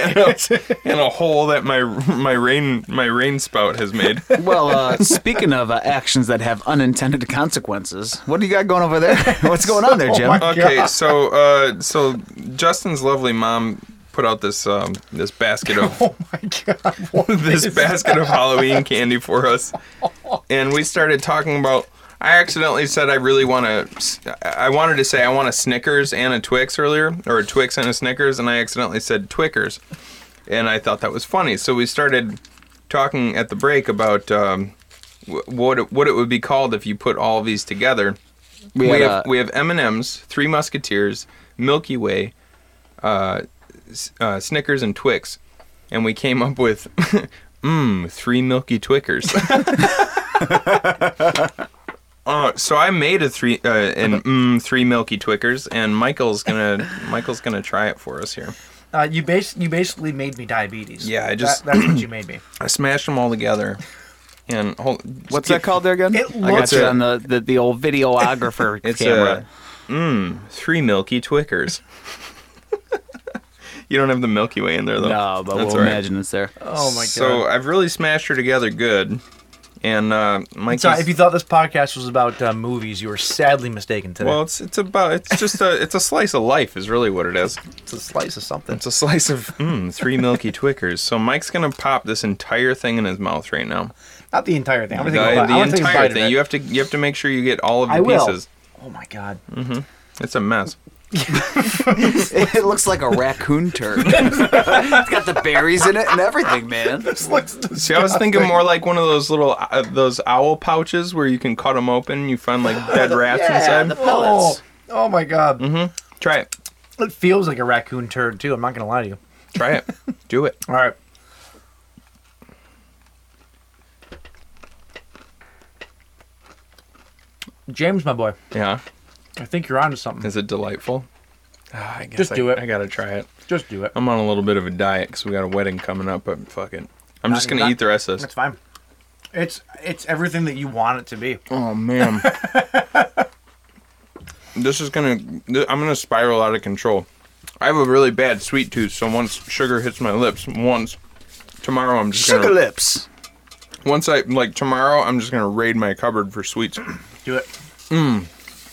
and a hole that my my rain my rain spout has made. Well, uh, speaking of uh, actions that have unintended consequences, what do you got going over there? What's going on there, Jim? Okay, so uh, so Justin's lovely mom put out this um, this basket of oh my god! What this basket of Halloween candy for us, and we started talking about. I accidentally said I really want to. I wanted to say I want a Snickers and a Twix earlier, or a Twix and a Snickers, and I accidentally said Twickers, and I thought that was funny. So we started talking at the break about um, wh- what it, what it would be called if you put all these together. We, had, have uh, we have M and M's, Three Musketeers, Milky Way, uh, s- uh, Snickers, and Twix, and we came up with mmm three Milky Twickers. Uh, so I made a three uh, Uh-huh. and mm, three Milky Twickers, and Michael's gonna Michael's gonna try it for us here. Uh, you bas- you basically made me diabetes. Yeah, I just- That- that's what you made me. I smashed them all together, and hold. What's that called there again? It I got looks- you on the, the, the old videographer It's camera. a mmm three Milky Twickers. you don't have the Milky Way in there though. no, but oh. That's we'll all right. imagine it's there. Oh my god. So I've really smashed her together good, and uh, Mike. Sorry, if you thought this podcast was about uh, movies, you were sadly mistaken today. well, it's it's about it's just a it's a slice of life is really what it is. it's a slice of something. It's a slice of mm, three Milky Twickers. So Mike's gonna pop this entire thing in his mouth right now. Not the entire thing. I'm The, gonna take a bite. the I'm gonna take a bite entire of thing. it. You have to you have to make sure you get all of the I will. pieces. Mm. Oh my god. It's a mess. it looks like a raccoon turd. it's got the berries in it and everything, man. See, I was thinking more like one of those little uh, those owl pouches where you can cut them open. and You find like dead rats inside. Oh, oh my god. Mm-hmm. Try it. It feels like a raccoon turd too. I'm not gonna lie to you. Try it. Do it. All right. James, my boy, Yeah. I think you're onto something. Is it delightful? Ah, I guess Just I- do it. I gotta try it. Just do it. I'm on a little bit of a diet because we got a wedding coming up, but fuck it. I'm just gonna not- eat the rest of this. That's fine. It's it's everything that you want it to be. Oh man, this is gonna. th- I'm gonna spiral out of control. I have a really bad sweet tooth, so once sugar hits my lips, once tomorrow I'm just Sugar gonna. lips. Once I like tomorrow, I'm just gonna raid my cupboard for sweets. Do it.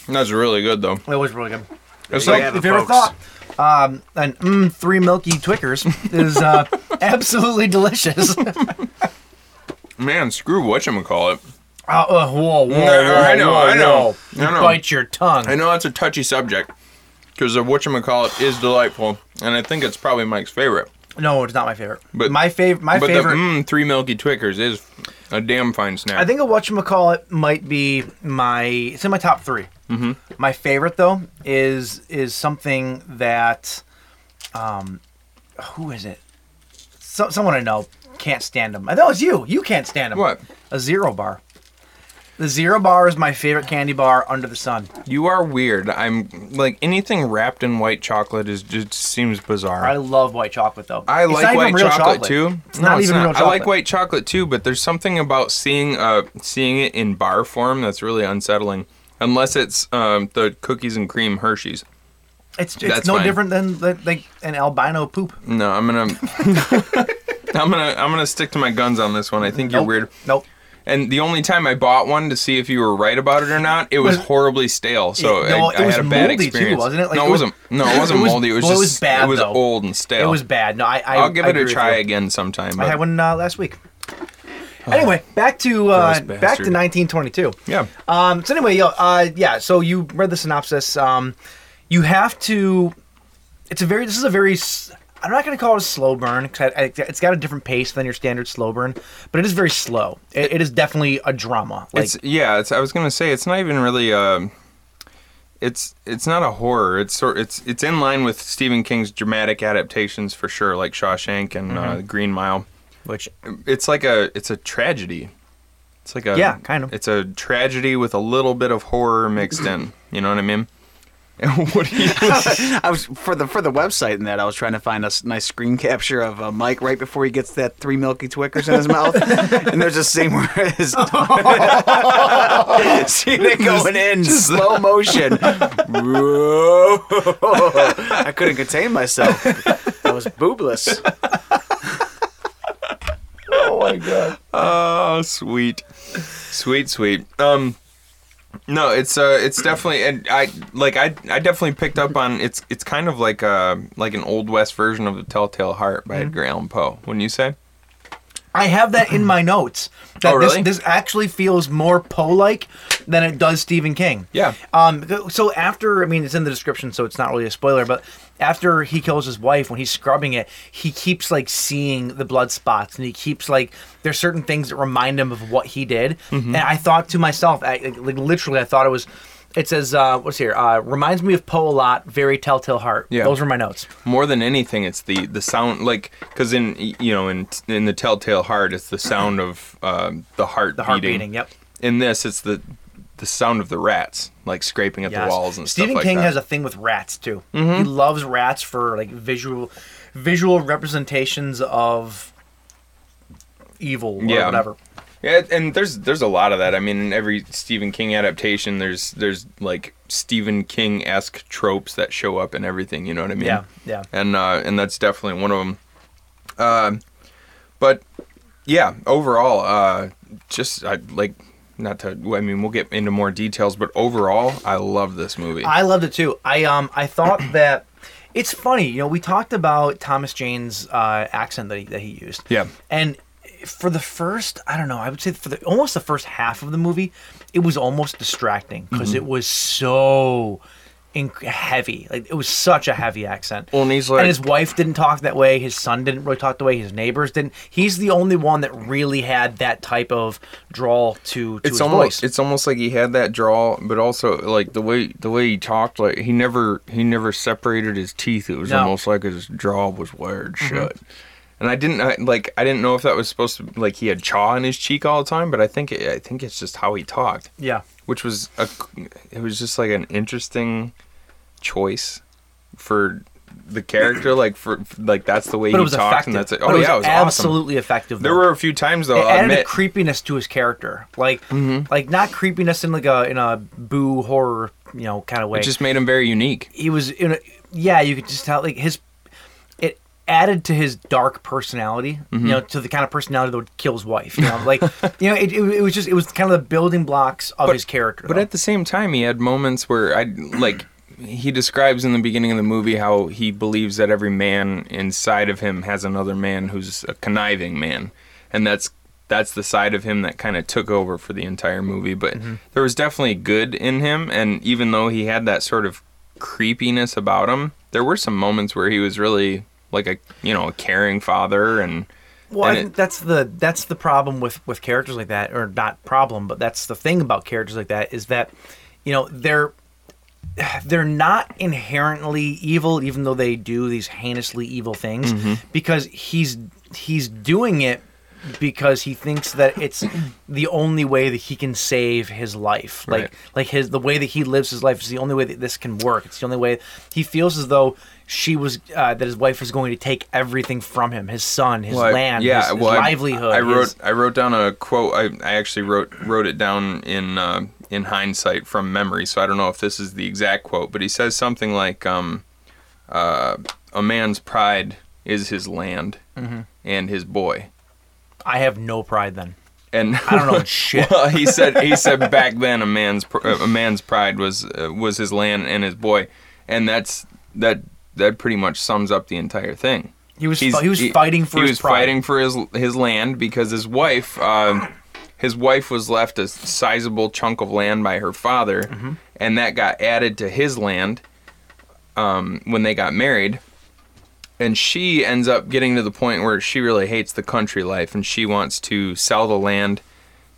That's really good though. It was really good. It's you like have If you ever folks. thought um, an mm, three milky twickers is uh, absolutely delicious. uh, man, screw what you call it. uh, whoa, whoa, No, whoa, Mm, I know, whoa, I know, whoa. I know. Bite your tongue. I know it's a touchy subject because the what you call it is delightful, and I think it's probably Mike's favorite. No, it's not my favorite. But- But my favorite, my but favorite. the mm, three milky twickers is a damn fine snack. I think a whatchamacallit might be my it's in my top 3 Mm-hmm. My favorite though is is something that, um, who is it? So, someone I know can't stand them. I know it's you. You can't stand them. What? A zero bar. The zero bar is my favorite candy bar under the sun. You are weird. I'm like anything wrapped in white chocolate is just seems bizarre. I I, love white chocolate though. It's not like even white real chocolate, too. It's not even real chocolate. I like white chocolate too, but there's something about seeing uh seeing it in bar form that's really unsettling. Unless it's um, the cookies and cream Hershey's. It's, it's That's no fine. different than like, like an albino poop. No, I'm gonna. I'm gonna I'm gonna stick to my guns on this one. I think you're Nope. weird. Nope. And the only time I bought one to see if you were right about it or not, it was horribly stale. So It- no, I, it I was had a bad moldy, too, experience. wasn't it? Like, no, it it was- wasn't. No, it wasn't it was- moldy. It was well, just. it was bad, It was though. old and stale. It was bad. No, I, I I'll give I it a agree with try you. again sometime. I but- had one uh, last week. Anyway, back to uh, gross back to bastard. 1922. Yeah. Um, so anyway, yo, uh, yeah. So you read the synopsis. Um, you have to. It's a very. This is a very. s- I'm not going to call it a slow burn 'cause I- I- it's got a different pace than your standard slow burn, but it is very slow. It, it is definitely a drama. Like it's yeah. It's, I was gonna say it's not even really. Um, it's it's not a horror. It's sort it's it's in line with Stephen King's dramatic adaptations for sure, like Shawshank and uh, Mm-hmm. Green Mile. which It's like a it's a tragedy. It's like a Yeah, kind of. It's a tragedy with a little bit of horror mixed in. You know what I mean? And what do you? I was for the for the website and that I was trying to find a s- nice screen capture of uh, Mike right before he gets that three milky twickers in his mouth, and there's a scene where his see it going in Oh. slow motion. Whoa. I couldn't contain myself. I was boobless. Oh, sweet, sweet, sweet. Um, no, it's uh, it's definitely, and I like I I definitely picked up on it's it's kind of like uh like an old west version of the Telltale Heart Mm-hmm. by Edgar Allan Poe. Wouldn't you say? I have that in my notes. That Oh, really? This, this actually feels more Poe-like than it does Stephen King. Yeah. Um. th- So after, I mean, it's in the description, so it's not really a spoiler, but after he kills his wife, when he's scrubbing it, he keeps like seeing the blood spots, and he keeps like there's certain things that remind him of what he did. Mm-hmm. And I thought to myself, I, like literally, I thought it was. It says, uh, "What's here?" Uh, reminds me of Poe a lot. Very telltale heart. Yeah. Those were my notes. More than anything, it's the the sound like because in you know in in the Telltale Heart, it's the sound of um, the heart The heart beating. Yep. In this, it's the the sound of the rats like scraping at Yes. the walls and Stephen stuff like King that. Mm-hmm. has a thing with rats too. He loves rats for like visual, visual representations of evil or Yeah. whatever. Yeah, and there's there's a lot of that. I mean, in every Stephen King adaptation, there's there's like Stephen King esque tropes that show up in everything. You know what I mean? Yeah, yeah. And uh, and that's definitely one of them. Um, but yeah, overall, uh, just I like not to. I mean, we'll get into more details, but overall, I love this movie. I loved it too. I um I thought that it's funny. You know, we talked about Thomas Jane's uh, accent that he, that he used. Yeah. And for the first, I don't know, I would say for the almost the first half of the movie, it was almost distracting because Mm-hmm. it was so. inc heavy, like it was such a heavy accent. Well, and he's like- his wife didn't talk that way. His son didn't really talk the way. His neighbors didn't. He's the only one that really had that type of drawl to, to it's his almost voice. it's almost like he had that draw, but also like the way the way he talked, like he never he never separated his teeth. It was No. Mm-hmm. almost like his jaw was wired shut. And I didn't I, like I didn't know if that was supposed to like he had chaw in his cheek all the time, but I think it, I think it's just how he talked, yeah. which was a it was just like an interesting choice for the character. like for like that's the way But he it was talked, effective. and that's it. But Oh yeah, it was awesome. absolutely effective. There though. were a few times though. it I'll added a admit- Mm-hmm. creepiness to his character, like like not creepiness in like a in a boo horror you know kind of way. it just made him very unique. he was in a, yeah, you could just tell like his it added to his dark personality, you Mm-hmm. know, to the kind of personality that would kill his wife. You know, like you know, it, it, it was just it was kind of the building blocks of his character. But though. at the same time, he had moments where I like. He describes in the beginning of the movie how he believes that every man inside of him has another man who's a conniving man, and that's that's the side of him that kind of took over for the entire movie. But there was definitely good in him, and even though he had that sort of creepiness about him, there were some moments where he was really like a you know a caring father and Well, I and think it- that's the that's the problem with with characters like that, or not problem, but that's the thing about characters like that is that, you know, they're they're not inherently evil, even though they do these heinously evil things, Mm-hmm. because he's he's doing it because he thinks that it's the only way that he can save his life. Like Right. like his the way that he lives his life is the only way that this can work. It's the only way he feels as though she was uh, that his wife was going to take everything from him, his son, his Well, I- land, his, his well, I- livelihood. I, wrote his- I wrote down a quote. I, I actually wrote wrote it down in uh, in hindsight from memory, so I don't know if this is the exact quote, but he says something like, um, uh, "A man's pride is his land Mm-hmm. and his boy." I have no pride then. And I don't know shit. well, he said he said back then a man's pr- a man's pride was uh, was his land and his boy, and that's that that pretty much sums up the entire thing. He was He's- fi- he was fighting for he his was pride. fighting for his his land because his wife um, his wife was left a sizable chunk of land by her father, Mm-hmm. and that got added to his land um, when they got married. And she ends up getting to the point where she really hates the country life, and she wants to sell the land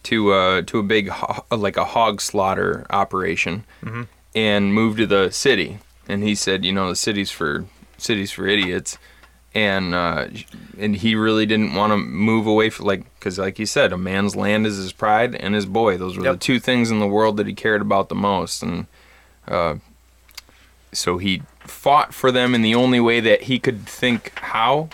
to uh, to a big ho- like a hog slaughter operation Mm-hmm. and moved to the city. And he said, you know, the city's for city's for idiots. And uh, and he really didn't want to move away from like because like he said, a man's land is his pride and his boy. Those were the Yep. two things in the world that he cared about the most. And uh, so he fought for them in the only way that he could think how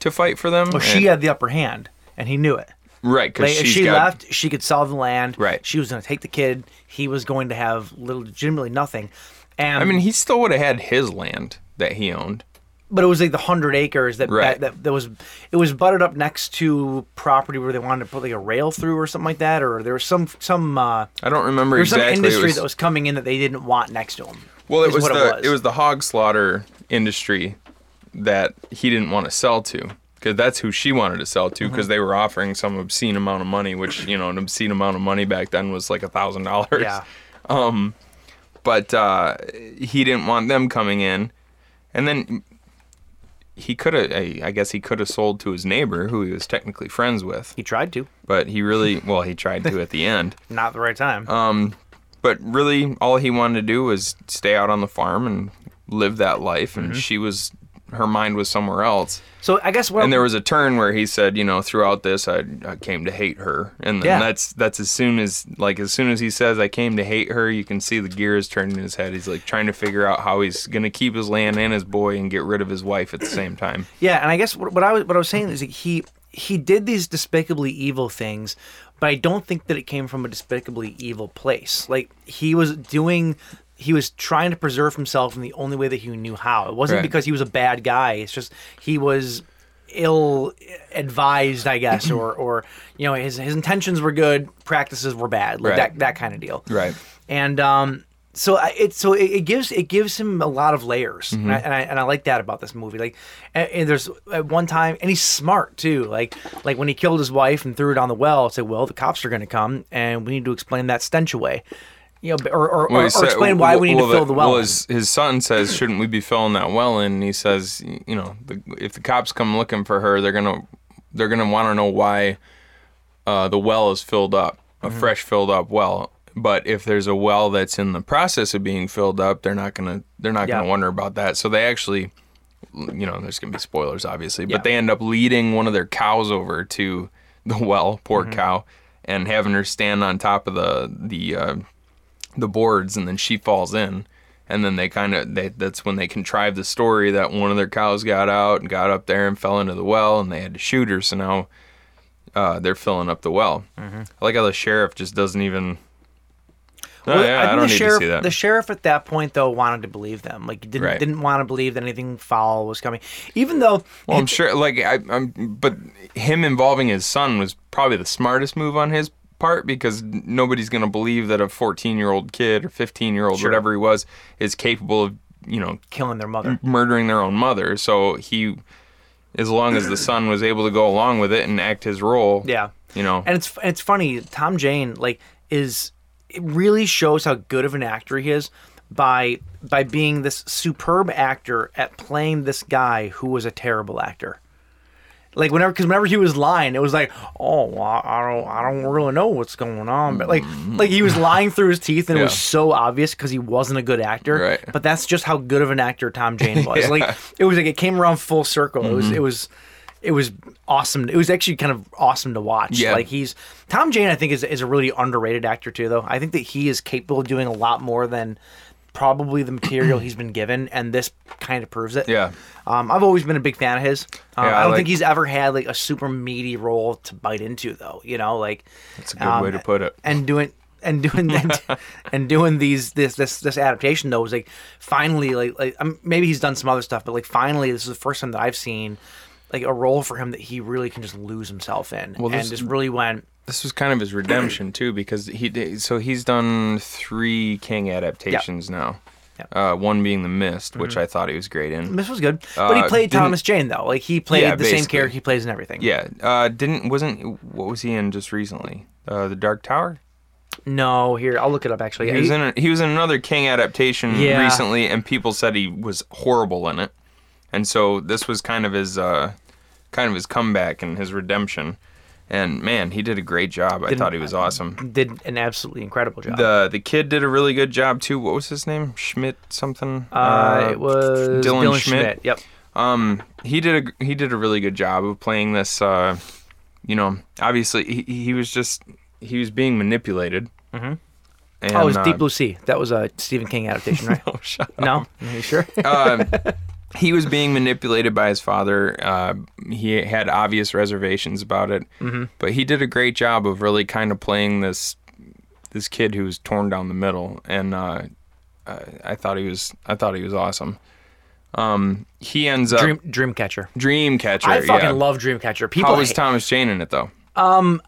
to fight for them. Well, she and, had the upper hand, and he knew it. right Like, because if she left, she could sell the land. Right. She was going to take the kid. He was going to have little, legitimately nothing. And I mean, he still would have had his land that he owned. but it was like the hundred acres that, Right. that that that was it was butted up next to property where they wanted to put like a rail through or something like that, or there was some some uh, I don't remember there was exactly. some it industry was- that was coming in that they didn't want next to them. Well, it is was what the it it was. was. the hog slaughter industry that he didn't want to sell to because that's who she wanted to sell Mm-hmm. to because they were offering some obscene amount of money, which you know an obscene amount of money back then was like a thousand dollars. Yeah. But uh, he didn't want them coming in, and then he could have. I I guess he could have sold to his neighbor who he was technically friends with, He tried to, but he really well he tried to at the end. not the right time. Um, but really all he wanted to do was stay out on the farm and live that life and she was her mind was somewhere else so I guess what and there was a turn where he said you know throughout this i, I came to hate her and then Yeah. that's that's as soon as like as soon as he says i came to hate her you can see the gears turning in his head he's like trying to figure out how he's gonna keep his land and his boy and get rid of his wife at the same time Yeah, and I guess what, what I was what I was saying is that he he did these despicably evil things, but I don't think that it came from a despicably evil place. Like he was doing he was trying to preserve himself in the only way that he knew how. It wasn't Right. because he was a bad guy. It's just he was ill advised, I guess, or or you know, his his intentions were good, practices were bad. Like Right. that that kind of deal Right. and um so I, it so it, it gives it gives him a lot of layers and, Mm-hmm. I, and I and I like that about this movie like and, and there's at one time and he's smart too like like when he killed his wife and threw it on the well it's like well the cops are gonna come and we need to explain that stench away you know but- or or, Well, or, he or said- explain why we need well, to fill the well, in. his, his son says, "Shouldn't we be filling that well in?" And he says, y- "You know, the, if the cops come looking for her, they're gonna they're gonna want to know why uh, the well is filled up, a Mm-hmm. fresh filled up well. But if there's a well that's in the process of being filled up, they're not gonna they're not Yeah. gonna wonder about that. So they actually, you know, there's gonna be spoilers, obviously, Yeah. but they end up leading one of their cows over to the well, poor Mm-hmm. cow, and having her stand on top of the the uh, the boards and then she falls in and then they kind of they, that's when they contrived the story that one of their cows got out and got up there and fell into the well and they had to shoot her so now uh, they're filling up the well Mm-hmm. i like how the sheriff just doesn't even oh, Well, yeah, I, think don't the need sheriff, to see that The sheriff at that point though wanted to believe them. Like he didn't Right. didn't want to believe that anything foul was coming. Even though well i'm sure like I, i'm but him involving his son was probably the smartest move on his part because nobody's going to believe that a 14 year old kid or 15 year old whatever he was is capable of you know killing their mother. murdering their own mother. So he, as long as the son was able to go along with it and act his role, Yeah. you know, and it's and it's funny. Tom Jane like is it really shows how good of an actor he is by by being this superb actor at playing this guy who was a terrible actor. Like whenever, because whenever he was lying, it was like, oh, well, I I don't, I don't really know what's going on, but like, like he was lying through his teeth, and it was Yeah. so obvious because he wasn't a good actor. Right. But that's just how good of an actor Tom Jane was. Like it was like it came around full circle. It Mm-hmm. was, it was, it was awesome. It was actually kind of awesome to watch. Yeah. Like he's Tom Jane, I think is is a really underrated actor too. Though I think that he is capable of doing a lot more than probably the material he's been given, and this kind of proves it. yeah, Um, I've always been a big fan of his. Um, Yeah, I I don't like- think he's ever had like a super meaty role to bite into, though. You know, like that's a good way um, to put it. and doing and doing that and doing these this this this adaptation though was like finally like like um, maybe he's done some other stuff, but like finally this is the first time that I've seen like a role for him that he really can just lose himself in this- and just really went. This was kind of his redemption too, because he did- so he's done three King adaptations now. Yeah. Mm-hmm. Uh, one being The Mist, which I thought he was great in. This was good, but he Uh, played didn't- Thomas Jane though. Like he played Yeah, the same basically. character he plays in everything. Yeah, uh, didn't wasn't what was he in just recently? Uh, the Dark Tower. No, here I'll look it up actually. He was in a, he was in another King adaptation Yeah. recently, and people said he was horrible in it, and so this was kind of his uh, kind of his comeback and his redemption. And man, he did a great job. I thought he was awesome. did an absolutely incredible job. The the kid did a really good job too. What was his name? Schmidt something. Uh, it was Dylan Dylan, Schmidt. Schmidt. Yep. Um, he did a he did a really good job of playing this. Uh, you know, obviously he, he was just he was being manipulated, And, Mm-hmm. oh, it was uh, Deep Blue Sea. That was a Stephen King adaptation, right? no, shut up. No, you sure? he was being manipulated by his father. Uh, he had obvious reservations about it, Mm-hmm. but he did a great job of really kind of playing this this kid who's torn down the middle, and uh, uh, I thought he was I thought he was awesome. Um, he ends up Dream Dreamcatcher. Dreamcatcher. I fucking yeah. love Dreamcatcher. People, How was hate- Thomas Jane in it though?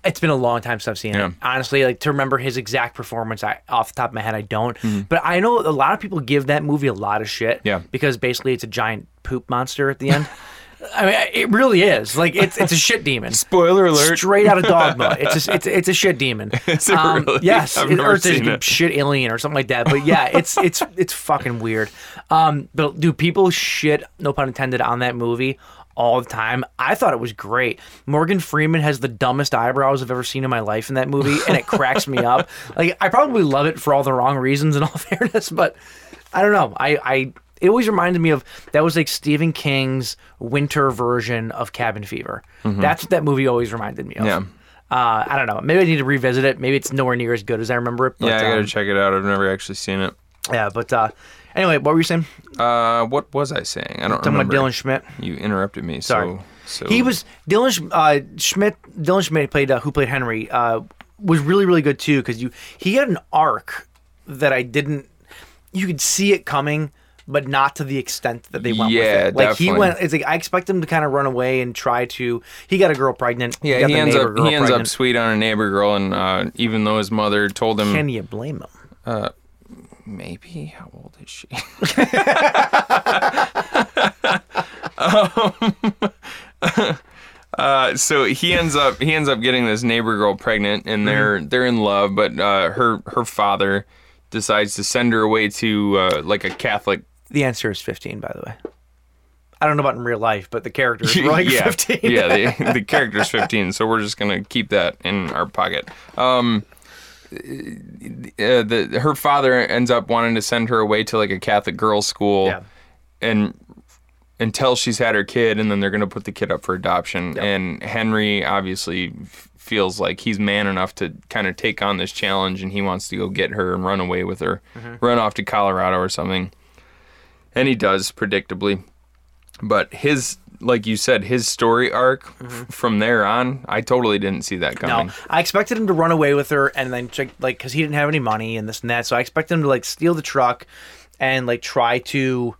it's been a long time since I've seen Yeah. it. Honestly, like to remember his exact performance, I off the top of my head, I don't. But I know a lot of people give that movie a lot of shit. Mm-hmm. Yeah. because basically it's a giant poop monster at the end. I mean, it really is. Like it's it's a shit demon. Spoiler alert. Straight out of dogma. It's a, it's a- it's a shit demon. Is it really? Yes, I've it- never or it's seen a it. shit alien or something like that. But yeah, it's it's it's fucking weird. Um, but do people shit? No pun intended on that movie all the time. I thought it was great. Morgan Freeman has the dumbest eyebrows I've ever seen in my life in that movie, and it cracks me up. Like I probably love it for all the wrong reasons, in all fairness, but I don't know. I I. It always reminded me of that was like Stephen King's winter version of Cabin Fever. That's what that movie always reminded me of. Yeah. Uh, I don't know. Maybe I need to revisit it. Maybe it's nowhere near as good as I remember it. But, Yeah, I gotta um, check it out. I've never actually seen it. yeah, but uh, anyway, what were you saying? Uh, what was I saying? I don't Talking about remember. Dylan Schmidt. You interrupted me. Sorry. So, so He was Dylan Sch- uh, Schmidt. Dylan Schmidt played uh, who played Henry uh, was really really good too because you he had an arc that I didn't. You could see it coming, but not to the extent that they went. Yeah, with it. like he definitely. went. It's like I expect him to kind of run away and try to. He got a girl pregnant. Yeah, got he the ends neighbor up girl he ends up pregnant. sweet on a neighbor girl, and uh, even though his mother told him Can you blame him? maybe how old is she? um, Um, uh, so he ends up he ends up getting this neighbor girl pregnant, and they're they're in love, but uh, her her father decides to send her away to uh, like a Catholic. The answer is 15, by the way. I don't know about in real life, but the character is like yeah, 15. yeah, the, the character's fifteen, so we're just gonna keep that in our pocket. Um, uh, the her father ends up wanting to send her away to like a Catholic girls' school, Yeah. and until she's had her kid, and then they're gonna put the kid up for adoption. And Henry obviously f- feels like he's man enough to kind of take on this challenge, and he wants to go get her and run away with her, Mm-hmm. run off to Colorado or something. And he does, predictably. But his, like you said, his story arc f- from there on, I totally didn't see that coming. Mm-hmm. No, I expected him to run away with her and then check, like, because he didn't have any money and this and that. So I expected him to, like, steal the truck and, like, try to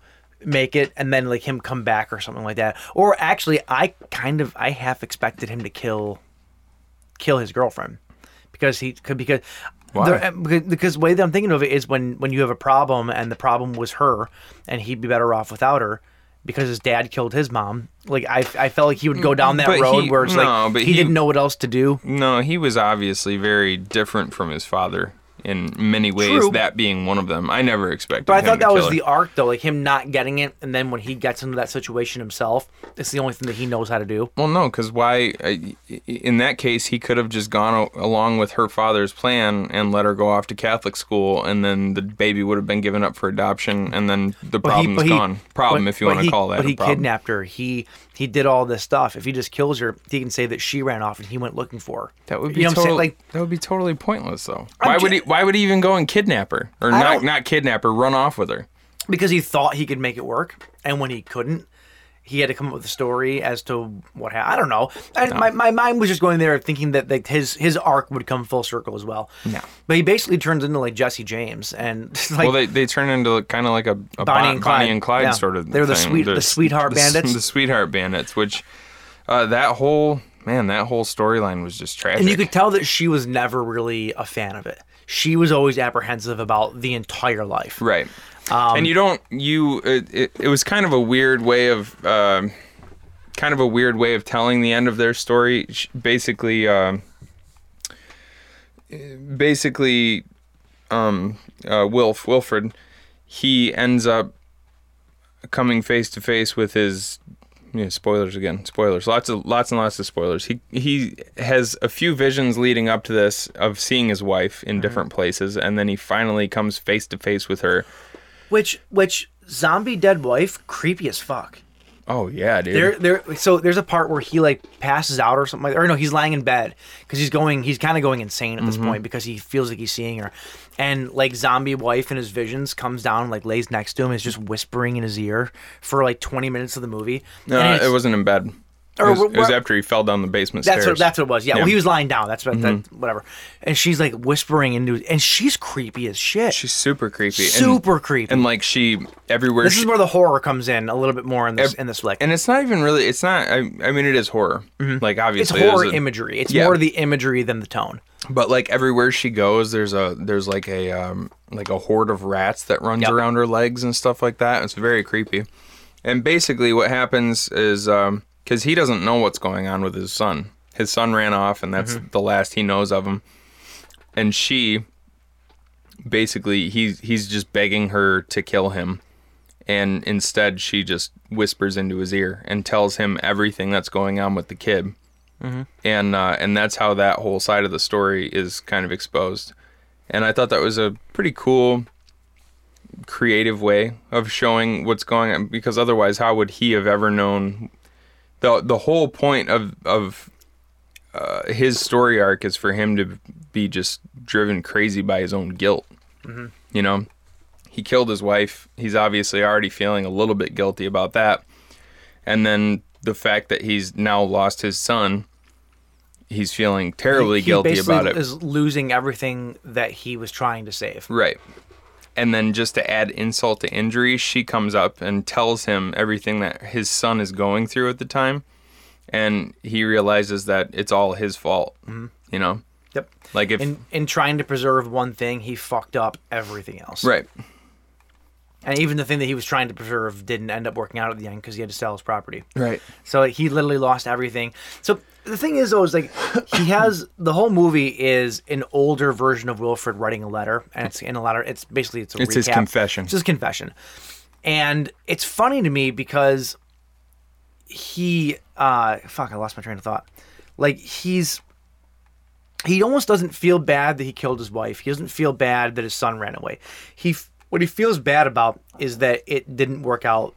make it and then, like, him come back or something like that. Or actually, I kind of, I half expected him to kill, kill his girlfriend because he could, because. Why? there- because- Because the way that I'm thinking of it is when, when you have a problem and the problem was her and he'd be better off without her because his dad killed his mom. Like I, I felt like he would go down that Mm, But he- road where it's no, like but he he- didn't know what else to do. No, he was obviously very different from his father in many ways. True. That being one of them, I never expected. But I him thought to that was kill her. the arc, though, like him not getting it, and then when he gets into that situation himself, it's the only thing that he knows how to do. Well, no, because why? I- In that case, he could have just gone a- along with her father's plan and let her go off to Catholic school, and then the baby would have been given up for adoption, and then the problem's gone. Problem, but- if you but want to he- call that. But a he problem. kidnapped her. He he did all this stuff. If he just kills her, he can say that she ran off and he went looking for her. That would You be know what I'm saying? total- Like, that would be totally pointless, though. why would ju- he? Why would he even go and kidnap her, or don't- not not kidnap her, run off with her? because he thought he could make it work, and when he couldn't, he had to come up with a story as to what happened. I don't know. I, my, my mind was just going there, thinking that like his his arc would come full circle as well. No. but he basically turns into like Jesse James, and like well, they, they turn into kind of like a, a Bonnie, and Clyde, Bonnie and Clyde yeah. sort of. They were the thing. sweet- the There's- sweetheart the s- bandits. The sweetheart bandits, which uh, that whole man, that whole storyline was just tragic. And you could tell that she was never really a fan of it. She was always apprehensive about the entire life. right, and you don't you it, it, it was kind of a weird way of um kind of a weird way of telling the end of their story. Sh- Basically, um basically, um, uh, Wilf Wilfred, he ends up coming face to face with his yeah, spoilers again. Spoilers. Lots of lots and lots of spoilers. He he has a few visions leading up to this of seeing his wife in different places, and then he finally comes face to face with her. Which which zombie dead wife creepy as fuck. Oh yeah, dude. There, there. So there's a part where he like passes out or something like, or no, he's lying in bed because he's going, he's kind of going insane at Mm-hmm. this point because he feels like he's seeing her, and like zombie wife in his visions comes down, like lays next to him, is just whispering in his ear for like 20 minutes of the movie. no, And no, it's- it wasn't in bed. It Or was, wh- it was wh- after he fell down the basement That's stairs. what, that's what it was. Yeah, Well, Yeah. Mm-hmm. he was lying down. That's what. That, whatever. And she's like whispering into, and she's creepy as shit. She's super creepy. and- Super creepy. And like she everywhere. this she, is where the horror comes in a little bit more in this ev- in this flick. And it's not even really. It's not. I, I mean, it is horror. Like Mm-hmm. it's obviously, horror there's a- imagery. It's yeah. more the imagery than the tone. But like everywhere she goes, there's a there's like a um like a horde of rats that runs Yep. around her legs and stuff like that. It's very creepy. And basically, what happens is um because he doesn't know what's going on with his son. His son ran off, and that's the last he knows of him. And she basically he's he's just begging her to kill him and instead she just whispers into his ear and tells him everything that's going on with the kid and uh, and that's how that whole side of the story is kind of exposed and i thought that was a pretty cool creative way of showing what's going on because otherwise how would he have ever known the the whole point of of uh, his story arc is for him to be just driven crazy by his own guilt Mm-hmm. you know he killed his wife he's obviously already feeling a little bit guilty about that and then the fact that he's now lost his son he's feeling terribly he guilty basically about it Mm-hmm. Is losing everything that he was trying to save. Right. And then just to add insult to injury, she comes up and tells him everything that his son is going through at the time. And he realizes that it's all his fault. You know? Yep. Like if. In in trying to preserve one thing, he fucked up everything else. right. And even the thing that he was trying to preserve didn't end up working out at the end because he had to sell his property. Right. So like, he literally lost everything. So the thing is, though, is like he has the whole movie is an older version of Wilfred writing a letter, and it's in a letter. It's basically it's a It's his recap. confession. It's his confession, and it's funny to me because he uh fuck, I lost my train of thought. Like he's he almost doesn't feel bad that he killed his wife. He doesn't feel bad that his son ran away. He f- what he feels bad about is that it didn't work out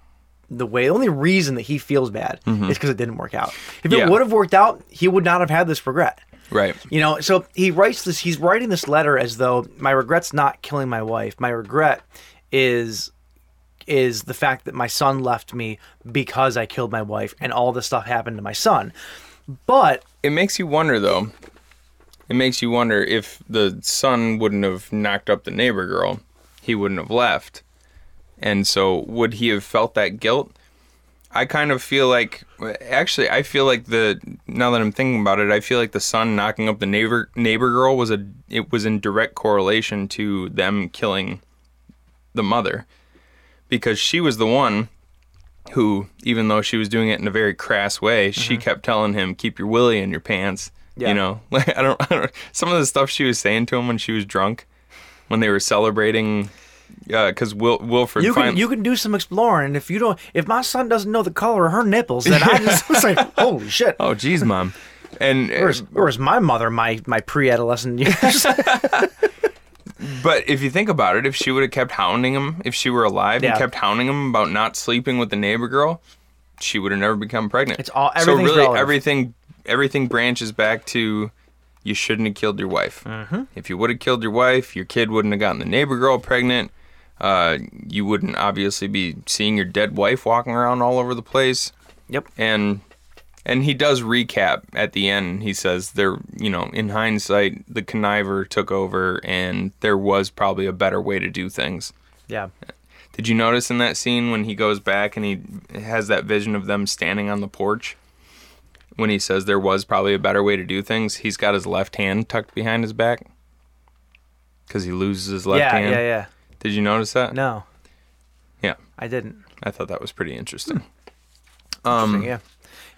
the way. The only reason that he feels bad is because it didn't work out. If Yeah. it would have worked out, he would not have had this regret. Right. You know, so he writes this. He's writing this letter as though my regret's not killing my wife. My regret is is the fact that my son left me because I killed my wife, and all this stuff happened to my son. But It makes you wonder, though. It makes you wonder if the son wouldn't have knocked up the neighbor girl, he wouldn't have left. And so, would he have felt that guilt? I kind of feel like, actually, I feel like the now that I'm thinking about it, I feel like the son knocking up the neighbor neighbor girl was a it was in direct correlation to them killing the mother, because she was the one who, even though she was doing it in a very crass way, she kept telling him, "Keep your willy in your pants." Mm-hmm. Yeah. You know, like I don't, I don't, some of the stuff she was saying to him when she was drunk, when they were celebrating, because Wil, Wilfred you finally, can you can do some exploring. If you don't, if my son doesn't know the color of her nipples, then I just it's like, holy shit. oh geez, mom, and Whereas, whereas my mother, my my pre-adolescent years, But if you think about it, if she would have kept hounding him, if she were alive Yeah. and kept hounding him about not sleeping with the neighbor girl, she would have never become pregnant. It's all- everything's so really relative. everything everything branches back to you shouldn't have killed your wife. Mm-hmm. If you would have killed your wife, your kid wouldn't have gotten the neighbor girl pregnant. Uh, you wouldn't obviously be seeing your dead wife walking around all over the place. Yep. And and he does recap at the end. He says there, you know, in hindsight, the conniver took over, and there was probably a better way to do things. yeah, Did you notice in that scene when he goes back and he has that vision of them standing on the porch? When he says there was probably a better way to do things, he's got his left hand tucked behind his back because he loses his left yeah, hand. yeah, yeah. Did you notice that? No, Yeah, I didn't. I thought that was pretty interesting. Interesting, yeah,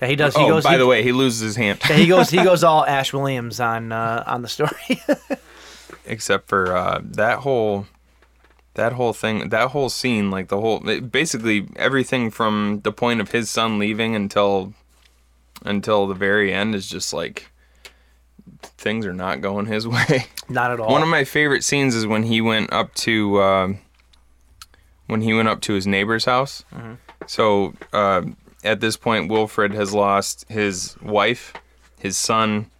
yeah. He does. He Hmm. oh, goes. by he, the way, he loses his hand yeah, he goes. He goes all Ash Williams on uh, on the story. except for uh, that whole that whole thing that whole scene like the whole it- basically everything from the point of his son leaving until until the very end is just like things are not going his way Not at all. one of my favorite scenes is when he went up to um, Mm-hmm. uh, when he went up to his neighbor's house so uh, at this point, Wilfred has lost his wife, his son,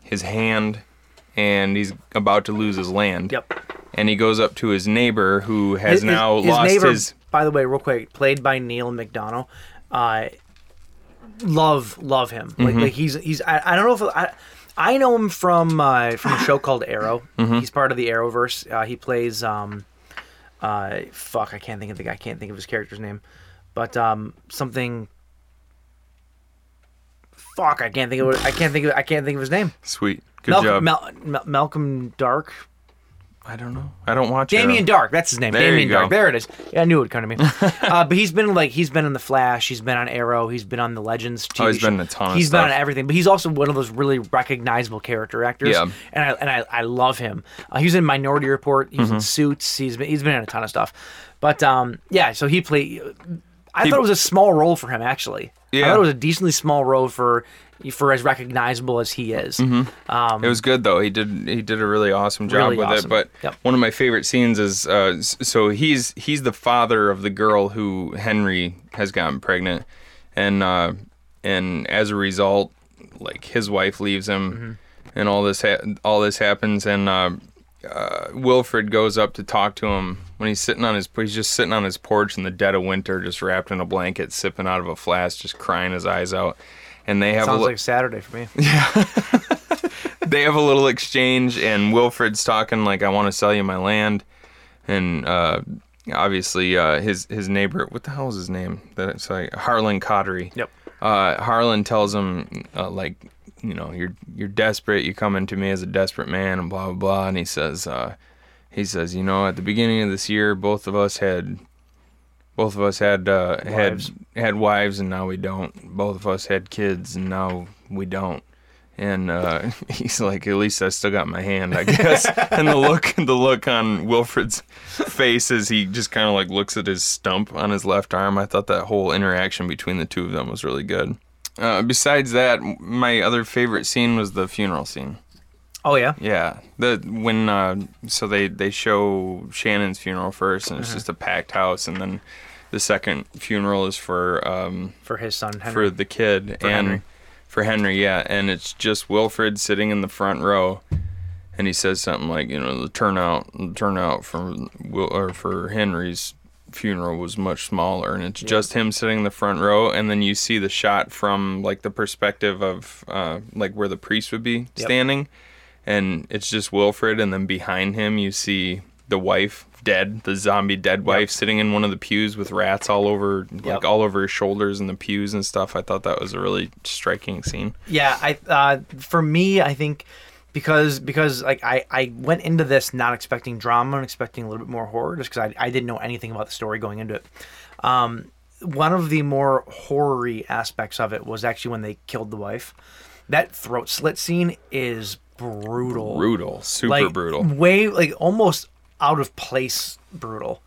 his hand, and he's about to lose his land. Yep. And he goes up to his neighbor, who has His- now his lost neighbor, his. By the way, real quick, played by Neil McDonough. Uh, love, love him. Like, Mm-hmm. like he's he's. I, I don't know if I. I know him from uh, from a show called Arrow. Mm-hmm. He's part of the Arrowverse. Uh, he plays um, uh, fuck, I can't think of the guy. I can't think of his character's name, but um, something. Fuck, I can't think of. What, I can't think of. I can't think of his name. Sweet. Good Malcolm, job. Mal- Mal- Malcolm Dark. I don't know. I don't watch Damien Arrow. Dark. That's his name. There you Damien go. Dark. There it is. Yeah, I knew it would come to me. uh, but he's been like he's been in the Flash. He's been on Arrow. He's been on the Legends. TV Oh, he's been show. in a ton of He's been on stuff. everything. But he's also one of those really recognizable character actors. Yeah. And I and I, I love him. Uh, he's in Minority Report. He's Mm-hmm. in Suits. He's been he's been in a ton of stuff. But um, yeah. So he played. I thought it was a small role for him actually. I Yeah. thought it was a decently small role for for as recognizable as he is. Mm-hmm. Um, It was good though. He did he did a really awesome job Really with awesome. it. But Yep. one of my favorite scenes is uh, s- so he's he's the father of the girl who Henry has gotten pregnant, and uh, and as a result, like his wife leaves him, Mm-hmm. and all this ha- all this happens, and uh, uh, Wilfred goes up to talk to him when he's sitting on his he's just sitting on his porch in the dead of winter, just wrapped in a blanket, sipping out of a flask, just crying his eyes out. And they have a sounds look like Saturday for me. they have a little exchange, and Wilfred's talking like, "I want to sell you my land," and uh, obviously uh, his his neighbor, what the hell is his name? That's like Harlan Cottery. Yep. Uh, Harlan tells him uh, like, you know, you're you're desperate. You're coming to me as a desperate man, and blah blah blah. And he says, uh, he says, you know, at the beginning of this year, both of us had. Both of us had uh, had Wives. had wives and now we don't. Both of us had kids and now we don't. And uh, he's like, "At least I still got my hand, I guess." and the look, the look on Wilfred's face as he just kind of like looks at his stump on his left arm. I thought that whole interaction between the two of them was really good. Uh, besides that, my other favorite scene was the funeral scene. Oh yeah. Yeah, the when uh, so they they show Shannon's funeral first, and it's just a packed house, and then the second funeral is for um, For his son Henry. for the kid and for Henry, yeah. And it's just Wilfred sitting in the front row, and he says something like, you know, the turnout, the turnout for Will or for Henry's funeral was much smaller, and it's just him sitting in the front row, and then you see the shot from like the perspective of uh, like where the priest would be standing, and it's just Wilfred, and then behind him you see the wife dead, the zombie dead wife sitting in one of the pews with rats all over, like Yep. all over her shoulders and the pews and stuff. I thought that was a really striking scene. Yeah, I uh, for me, I think because because like I, I went into this not expecting drama and expecting a little bit more horror just because I, I didn't know anything about the story going into it. Um, one of the more horror-y aspects of it was actually when they killed the wife. That throat slit scene is brutal. Brutal, super like, brutal. Way like almost out of place brutal.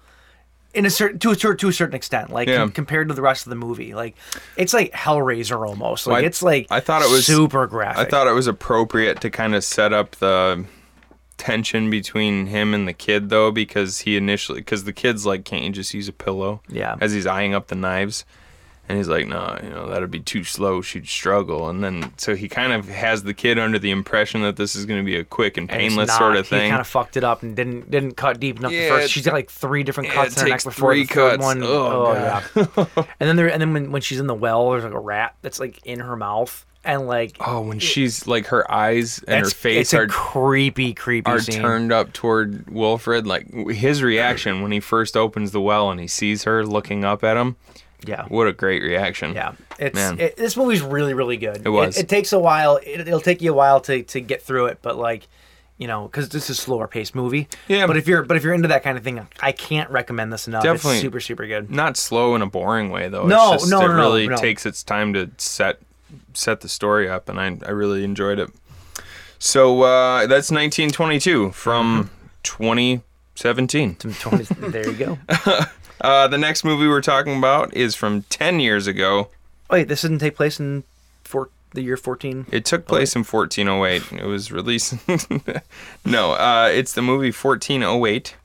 In a certain to a cer- to a certain extent, like Yeah. com- compared to the rest of the movie, like it's like Hellraiser almost. Like I- it's like I thought it was- super graphic. I thought it was appropriate to kind of set up the tension between him and the kid though because he initially because the kid's like can't you just use a pillow Yeah. as he's eyeing up the knives and he's like no you know that'd be too slow she'd struggle and then so he kind of has the kid under the impression that this is going to be a quick and And it's painless not. sort of He thing kind of fucked it up and didn't didn't cut deep enough. the Yeah, first it- she's got like three different yeah, cuts it in her neck takes before the three third cuts. one. Oh, yeah. and then there and then when, when she's in the well, there's like a rat that's like in her mouth and like oh when she's like her eyes and her that's- face It's a are creepy, creepy are scene. turned up toward Wilfred. Like w- his reaction when he first opens the well and he sees her looking up at him. Yeah. What a great reaction. Yeah, it's Man. it, this movie's really really good. It was. It, takes a while. It, it'll take you a while to, to get through it, but like, you know, because this is a slower paced movie. Yeah. But if you're but if you're into that kind of thing, I can't recommend this enough. Definitely. It's super super good. Not slow in a boring way though. No, it's just, no, It no, no, really no. takes its time to set set the story up, and I I really enjoyed it. So uh, that's 1922 from Mm-hmm. 2017. Some 20s there you go. Uh, the next movie we're talking about is from 10 years ago. Wait, this didn't take place in four, the year 14? It took place in 1408. It was released. no, uh, it's the movie 1408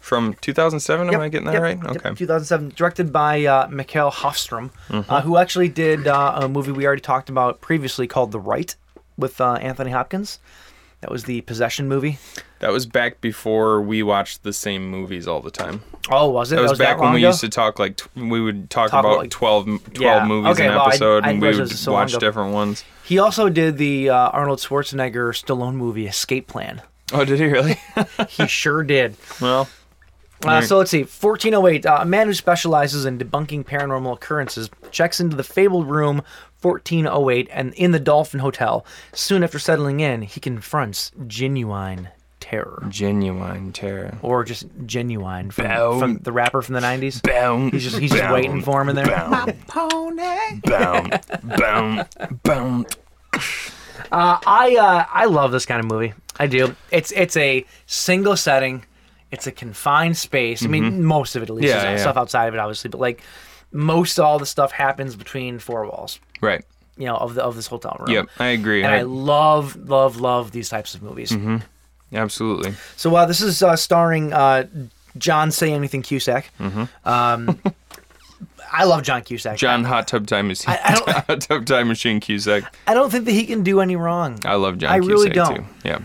from 2007. Am I getting that yep, right? yep, Okay. Mm-hmm. 2007, directed by uh, Mikhail Hofstrom, uh, who actually did uh, a movie we already talked about previously called The Right with uh, Anthony Hopkins. That was the possession movie. That was back before we watched the same movies all the time. Oh, was it? That was, back when long we ago? used to talk like t- we would talk, Talk about, about like- 12, m- 12 Yeah. movies Okay, an well, I- episode I and didn't we realize it would was so long watch ago. different ones. He also did the uh, Arnold Schwarzenegger Stallone movie Escape Plan. Oh, did he really? He sure did. well, Uh, so let's see. 1408. Uh, a man who specializes in debunking paranormal occurrences checks into the fabled room 1408 and in the Dolphin Hotel. Soon after settling in, he confronts genuine terror, genuine terror. or just genuine from, Bound. from the rapper from the 90s. Bound. He's just he's just waiting for him in there. Bound. Bound. Bound. I uh, I love this kind of movie. I do. It's it's a single setting. It's a confined space. I mean, most of it at least. Mm-hmm. Yeah, There's yeah. Stuff outside of it, obviously, but like most all the stuff happens between four walls. Right. You know, of the of this hotel room. Yep, I agree. And I, I- love love love these types of movies. Mm-hmm. Absolutely. So uh, this is uh, starring uh, John Say Anything Cusack. Um, I love John Cusack. Mm-hmm. John Hot Tub Time Machine. I- I don't- Hot Tub Time Machine Cusack. I don't think that he can do any wrong. I love John I Cusack really don't. Uh, too. Yeah.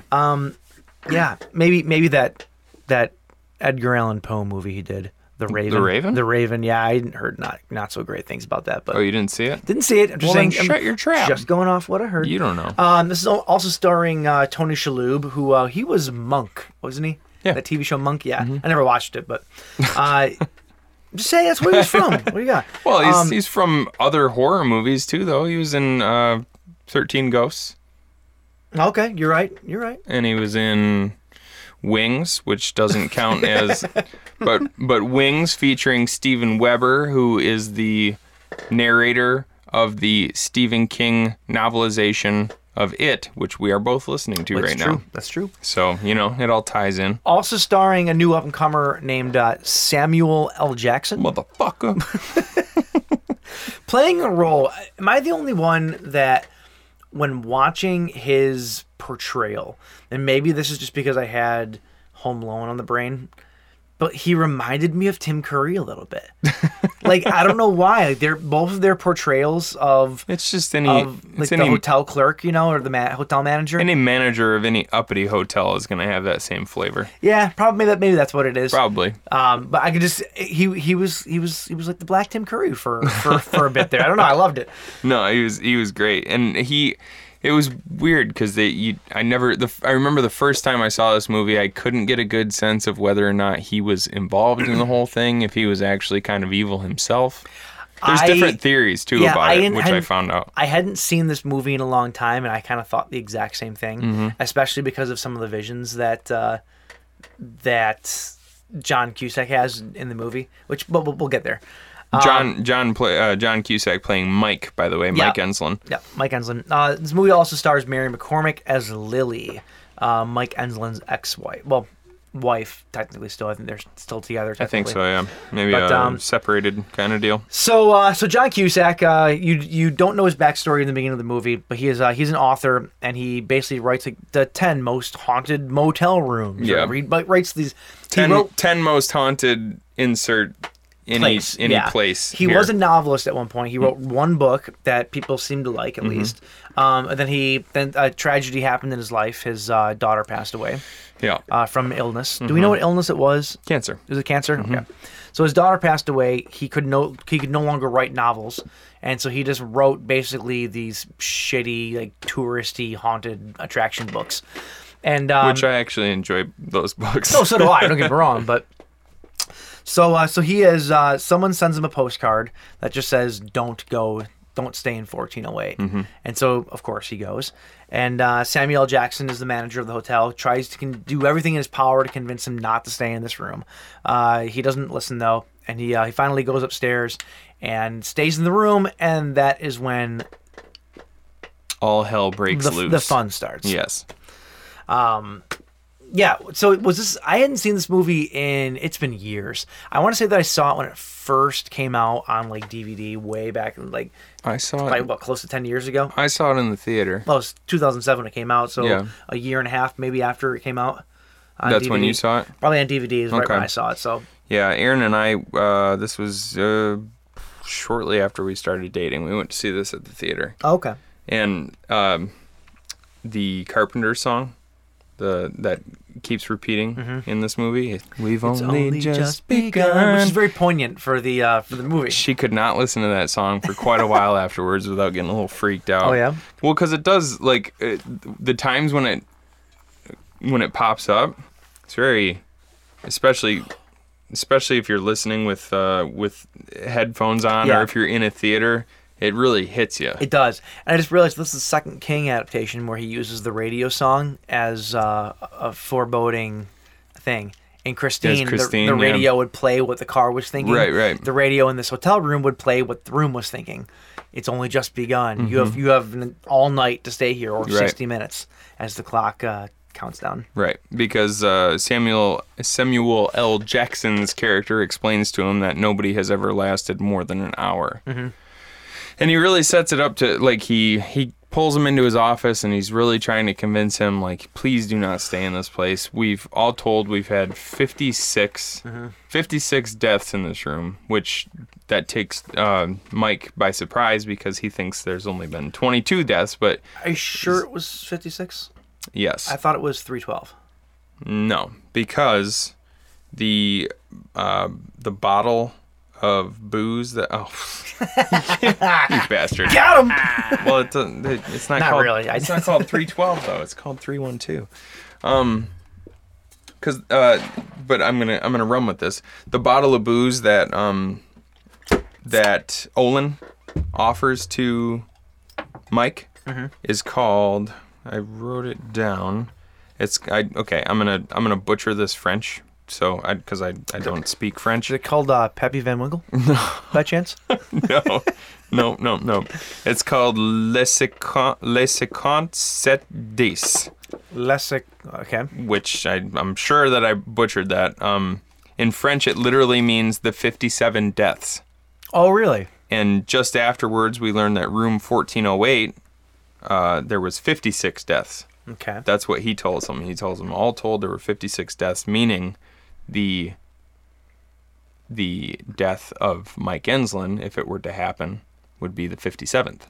Yeah, maybe maybe that that Edgar Allan Poe movie he did, The Raven. Raven? The Raven. Yeah, I hadn't heard not not so great things about that, but oh, you didn't see it? didn't see it. I'm just Well, saying. then I'm shut your trap. Just going off what I heard. You don't know. Um, this is al- also starring uh, Tony Shalhoub, who uh, he was Monk, wasn't he? Yeah. Mm-hmm. That TV show Monk. Yeah, I never watched it, but uh, just say that's where he was from. What do you got? Well, he's, Um, he's from other horror movies too, though. He was in uh, Thirteen Ghosts, okay. You're right. You're right. and he was in Wings, which doesn't count as, but but Wings featuring Steven Weber, who is the narrator of the Stephen King novelization of It, which we are both listening to That's right true. now. That's true. So you know, it all ties in. Also starring a new up and comer named uh, Samuel L. Jackson. Motherfucker. playing a role. Am I the only one that, when watching his portrayal, and maybe this is just because I had Home Alone on the brain, but he reminded me of Tim Curry a little bit. like I don't know why. Like they're both of their portrayals of It's just any of like it's the any hotel clerk, you know, or the ma- hotel manager. any manager of any uppity hotel is gonna have that same flavor. yeah, probably that. Maybe that's what it is. Probably. Um, but I could just he he was he was he was like the black Tim Curry for for, for a bit there. I don't know. I loved it. No, he was he was great, and he it was weird because they you I never the I remember the first time I saw this movie I couldn't get a good sense of whether or not he was involved in the whole thing if he was actually kind of evil himself. There's I- different theories too about it, hadn't- which I hadn't- found out. I hadn't seen this movie in a long time, and I kind of thought the exact same thing, Mm-hmm. especially because of some of the visions that uh, that John Cusack has in the movie. Which, but we'll, we'll get there. um, John John play, uh, John Cusack playing Mike by the way Yeah. Mike Enslin. Yeah, Mike Enslin. Uh, this movie also stars Mary McCormick as Lily, uh, Mike Enslin's ex-wife. Well, wife technically still. I think they're still together. I think so technically. yeah maybe But, a um, separated kind of deal. So, uh, so John Cusack, uh, you you don't know his backstory in the beginning of the movie, but he is uh, he's an author, and he basically writes like the ten most haunted motel rooms. Yeah. he writes these. Ten, he wrote 10 most haunted insert any place, any yeah. place. He here. Hmm. was a novelist at one point. He wrote one book that people seemed to like, at Mm-hmm. least. Um, and then he then a tragedy happened in his life. His uh, daughter passed away yeah uh, from illness. Do Mm-hmm. we know what illness it was? cancer. Is it cancer? Mm-hmm. Okay. So his daughter passed away. He could no he could no longer write novels, and so he just wrote basically these shitty like touristy haunted attraction books, and um, which I actually enjoy those books. no, so do I. Don't get me wrong, but so uh, so he is. Uh, someone sends him a postcard that just says, "Don't go, don't stay in 1408." And so of course he goes. And uh, Samuel L. Jackson is the manager of the hotel. Tries to con- do everything in his power to convince him not to stay in this room. Uh, he doesn't listen though, and he uh, he finally goes upstairs and stays in the room. And that is when All hell breaks the, loose. the fun starts. Yes. Yeah, so it was this I hadn't seen this movie in it's been years. I want to say that I saw it when it first came out on like DVD way back in like I saw it. probably what close to 10 years ago. I saw it in the theater. Well, it was 2007 when it came out, so Yeah. a year and a half maybe after it came out. on That's when DVD. you saw it? Probably on DVD is right Okay. when I saw it. So Yeah, Aaron and I. Uh, this was uh, shortly after we started dating. We went to see this at the theater, oh, okay. and um, the Carpenter song, the that keeps repeating in this movie. We've Mm-hmm. It's only just begun, which is very poignant for the uh, for the movie. she could not listen to that song for quite a while afterwards without getting a little freaked out. Oh, yeah? Well, because it does like it, the times when it when it pops up, it's very, especially especially if you're listening with uh, with headphones on Yeah. or if you're in a theater, it really hits you. It does. And I just realized this is the second King adaptation where he uses the radio song as uh, a foreboding thing. And Christine, the- Christine, the, yeah. radio would play what the car was thinking. Right, right. The radio in this hotel room would play what the room was thinking. It's only just begun. You have you have an, all night to stay here, or Mm-hmm. Right. sixty minutes, as the clock uh, counts down. Right, because uh, Samuel Samuel L. Jackson's character explains to him that nobody has ever lasted more than an hour, and he really sets it up to like he he pulls him into his office and he's really trying to convince him like please do not stay in this place. We've all told we've had 56, 56 deaths in this room, which that takes uh, Mike by surprise because he thinks there's only been twenty two deaths, but Are you sure it was fifty six? yes, I thought it was three twelve. No, because the uh, the bottle of booze that oh you bastard Got him. well it doesn't it, it's not, Not called, really, I- it's not called 312 though it's called 312 um because uh but i'm gonna i'm gonna run with this the bottle of booze that um that olin offers to mike Mm-hmm. is called i wrote it down it's i okay i'm gonna i'm gonna butcher this french so i because i i don't speak french Is it called uh, Peppy Van Winkle? By chance? no, no, no, no. It's called Les Secondes Set Dix, Lessic. uh, Okay. which I, I'm sure that I butchered that. Um, in French, it literally means the 57 deaths. Oh, really? And just afterwards, we learned that room 1408, uh, there was 56 deaths. Okay. That's what he tells them. He tells them all told there were 56 deaths, meaning the the death of Mike Enslin, if it were to happen, would be the 57th.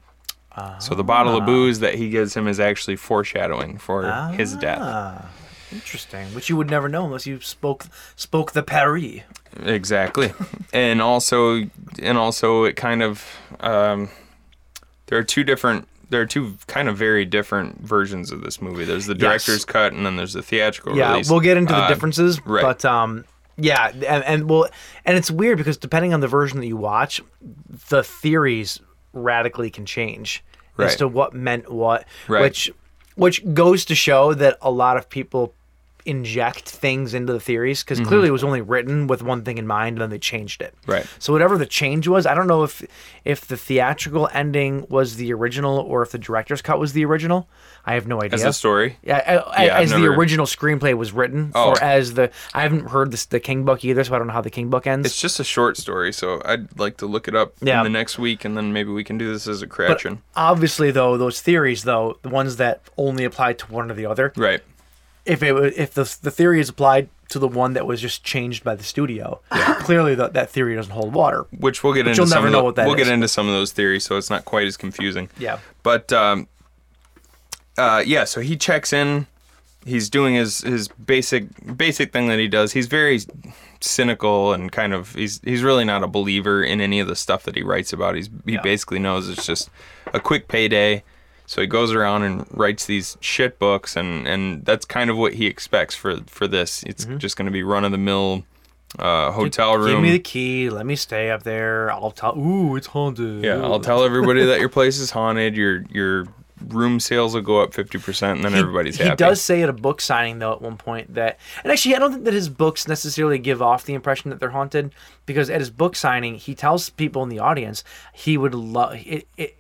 so the bottle Ah. of booze that he gives him is actually foreshadowing for his Ah. death. Interesting, which you would never know unless you spoke spoke the Paris. Exactly. and also and also it kind of um, there are two different there are two kind of very different versions of this movie. There's the Yes. director's cut and then there's the theatrical Yeah, release. we'll get into the Uh, differences, right. but um, yeah, and, and well, and it's weird because depending on the version that you watch, the theories radically can change as Right. to what meant what, Right. which which goes to show that a lot of people inject things into the theories because clearly it was only written with one thing in mind and then they changed it Mm-hmm. Right. so whatever the change was i don't know if if the theatrical ending was the original or if the director's cut was the original i have no idea as a story. Yeah, a- a- Yeah, I've as the never- original screenplay was written, Oh. or as the I haven't heard this, the King book either, so I don't know how the King book ends. It's just a short story, so I'd like to look it up Yeah. in the next week, and then maybe we can do this as a but correction. obviously, though, those theories, though, the ones that only apply to one or the other, right. if it wa- if the the theory is applied to the one that was just changed by the studio, clearly that that theory doesn't hold water. Which we'll get But into. you'll some never of know tho- what that We'll is. get into some of those theories, so it's not quite as confusing. Yeah. But um, uh, yeah, so he checks in. He's doing his his basic basic thing that he does. He's very cynical and kind of he's he's really not a believer in any of the stuff that he writes about. He's he basically knows it's just a quick payday. So he goes around and writes these shit books, and, and that's kind of what he expects for, for this. It's just going to be run of the mill uh, hotel room. Mm-hmm. Give me the key. Let me stay up there. I'll tell. Ooh, it's haunted. Yeah, I'll tell everybody that your place is haunted. Your your room sales will go up fifty percent, and then everybody's he happy. does say at a book signing though at one point that, and actually I don't think that his books necessarily give off the impression that they're haunted because at his book signing he tells people in the audience he would love it. it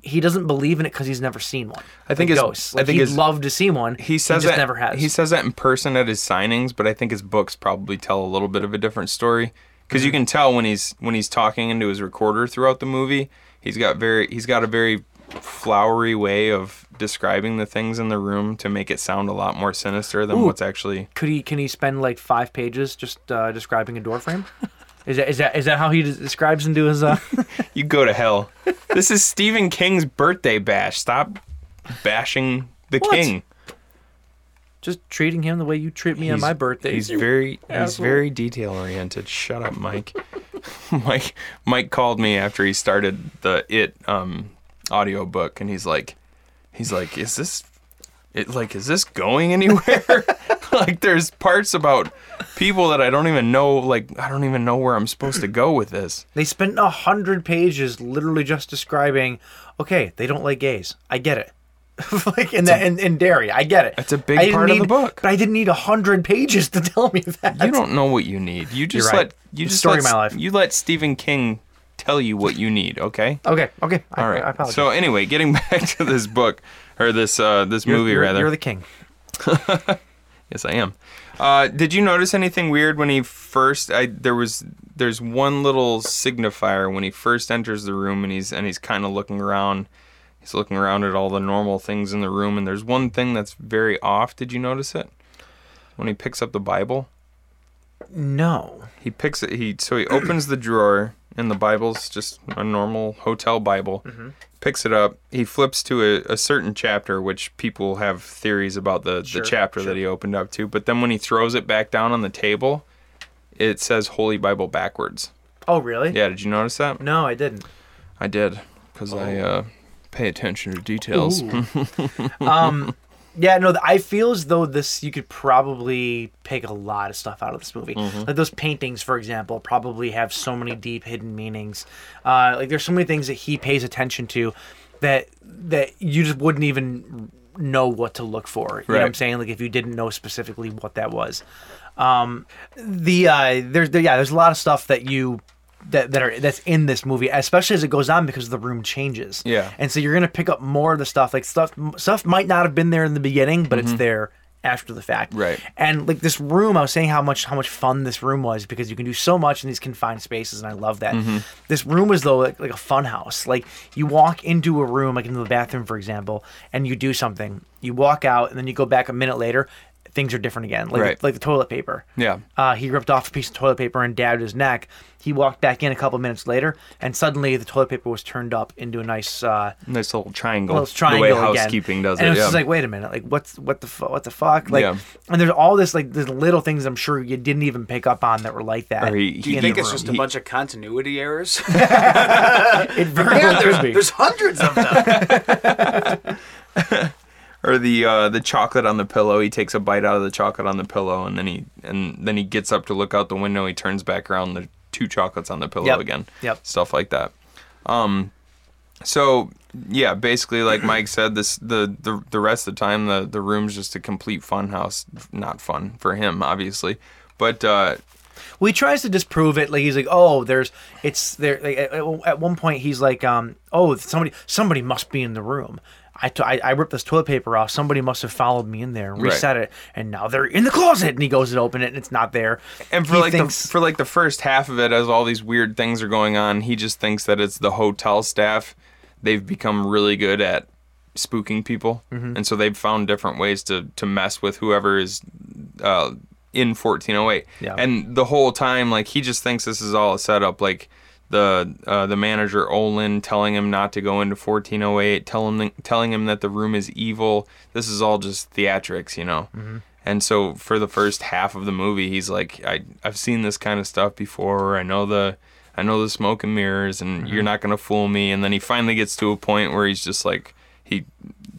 he doesn't believe in it because he's never seen one. I think like his- ghosts. I Like think he'd his- love to see one. He says just that never has. He says that in person at his signings, but I think his books probably tell a little bit of a different story because Mm-hmm. you can tell when he's when he's talking into his recorder throughout the movie. He's got very he's got a very flowery way of describing the things in the room to make it sound a lot more sinister than Ooh. what's actually. Could he? Can he spend like five pages just uh, describing a door frame? Is that, is that is that how he des- describes into his? Uh... You go to hell. this is Stephen King's birthday bash. Stop bashing the What? king. just treating him the way you treat me on He's- my birthday. He's you very he's asshole. very detail oriented. Shut up, Mike. Mike Mike called me after he started the it um audiobook and he's like he's like, Is this it like is this going anywhere? like there's parts about people that I don't even know like I don't even know where I'm supposed to go with this. They spent a hundred pages literally just describing. Okay, they don't like gays. I get it. like in that in, in dairy, I get it. That's a big I didn't part of the need- book. But I didn't need a hundred pages to tell me that. You don't know what you need. You just right. let you It's just story let, of my life. you let Stephen King tell you what you need, okay? Okay. Okay. I, All right. I apologize. So anyway, getting back to this book or this uh, this You're- movie you're, rather. You're the king. yes, I am. Uh, did you notice anything weird when he first? I there was there's one little signifier when he first enters the room and he's and he's kind of looking around. He's looking around at all the normal things in the room and there's one thing that's very off. Did you notice it? When he picks up the Bible. No. he picks it he so he opens the drawer and the bible's just a normal hotel bible Mm-hmm. picks it up he flips to a, a certain chapter which people have theories about the, the chapter that he opened up to but then when he throws it back down on the table it says holy bible backwards Oh really? yeah did you notice that No, I didn't. i did because i Oh. uh, pay attention to details Yeah, no, th- I feel as though this you could probably pick a lot of stuff out of this movie. Like those paintings, for example, probably have so many deep hidden meanings. Uh, like there's so many things that he pays attention to that that you just wouldn't even know what to look for. You know what I'm Right. saying? Like if you didn't know specifically what that was. Um, the uh, there's there, yeah, there's a lot of stuff that you. That, that are that's in this movie, especially as it goes on because the room changes. Yeah. and so you're gonna pick up more of the stuff. Like stuff, stuff might not have been there in the beginning, but it's there after the fact. Mm-hmm. Right. And like this room, I was saying how much how much fun this room was because you can do so much in these confined spaces, and I love that. Mm-hmm. This room was though like, like a fun house. Like you walk into a room, like into the bathroom, for example, and you do something. You walk out, and then you go back a minute later. Things are different again, like Right. like the toilet paper. Yeah. Uh, he ripped off a piece of toilet paper and dabbed his neck. He walked back in a couple minutes later, and suddenly the toilet paper was turned up into a nice uh, nice little triangle well, it's triangle the way again. housekeeping does and it it's yeah. just like, wait a minute, like what's what the fu- what the fuck, like, Yeah. and there's all this like these little things I'm sure you didn't even pick up on that were like that. Or he- Do you he- in think the it's room. just a He- bunch of continuity errors? it very well could be. There's hundreds of them. or the uh, the chocolate on the pillow. He takes a bite out of the chocolate on the pillow, and then he and then he gets up to look out the window. He turns back around. The two chocolates on the pillow Yep. again. Yep. Stuff like that. Um, so yeah, basically, like Mike said, this the the, the rest of the time the the room's just a complete fun house. Not fun for him, obviously, but uh, Well, he tries to disprove it. Like he's like, oh, there's it's there. Like, at, at one point, he's like, um, oh, somebody somebody must be in the room. I, t- I, I ripped this toilet paper off. Somebody must have followed me in there and Right. reset it, and now they're in the closet. And he goes to open it, and it's not there. and for He like thinks- the for like the first half of it, as all these weird things are going on, he just thinks that it's the hotel staff. They've become really good at spooking people, Mm-hmm. and so they've found different ways to to mess with whoever is uh, in 1408. Yeah. And the whole time, like he just thinks this is all a setup. Like the uh, the manager Olin telling him not to go into 1408, tell him, telling him that the room is evil. This is all just theatrics, you know. And so for the first half of the movie, he's like, I I've seen this kind of stuff before. I know the I know the smoke and mirrors, and you're not gonna fool me. And then he finally gets to a point where he's just like. He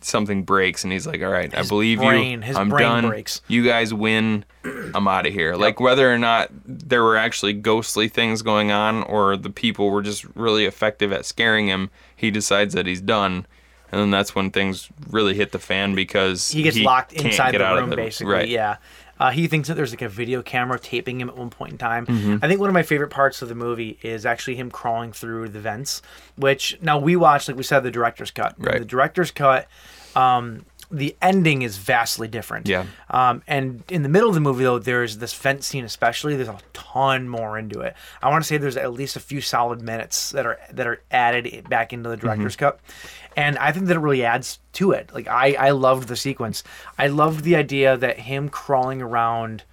something breaks and he's like, "All right, I believe brain- you. his I'm brain done. breaks. You guys win. I'm out of here. Like whether or not there were actually ghostly things going on or the people were just really effective at scaring him, he decides that he's done. And then that's when things really hit the fan because he gets locked can't inside get the out of room basically Right. yeah uh, he thinks that there's like a video camera taping him at one point in time Mm-hmm. i think one of my favorite parts of the movie is actually him crawling through the vents which now we watched like we said the director's cut And Right. the director's cut um, the ending is vastly different. Yeah. Um, and in the middle of the movie, though, there's this fence scene, especially. There's a ton more into it. I want to say there's at least a few solid minutes that are that are added i- back into the director's cut, and I think that it really adds to it. Like I, I loved the sequence. I loved the idea that him crawling around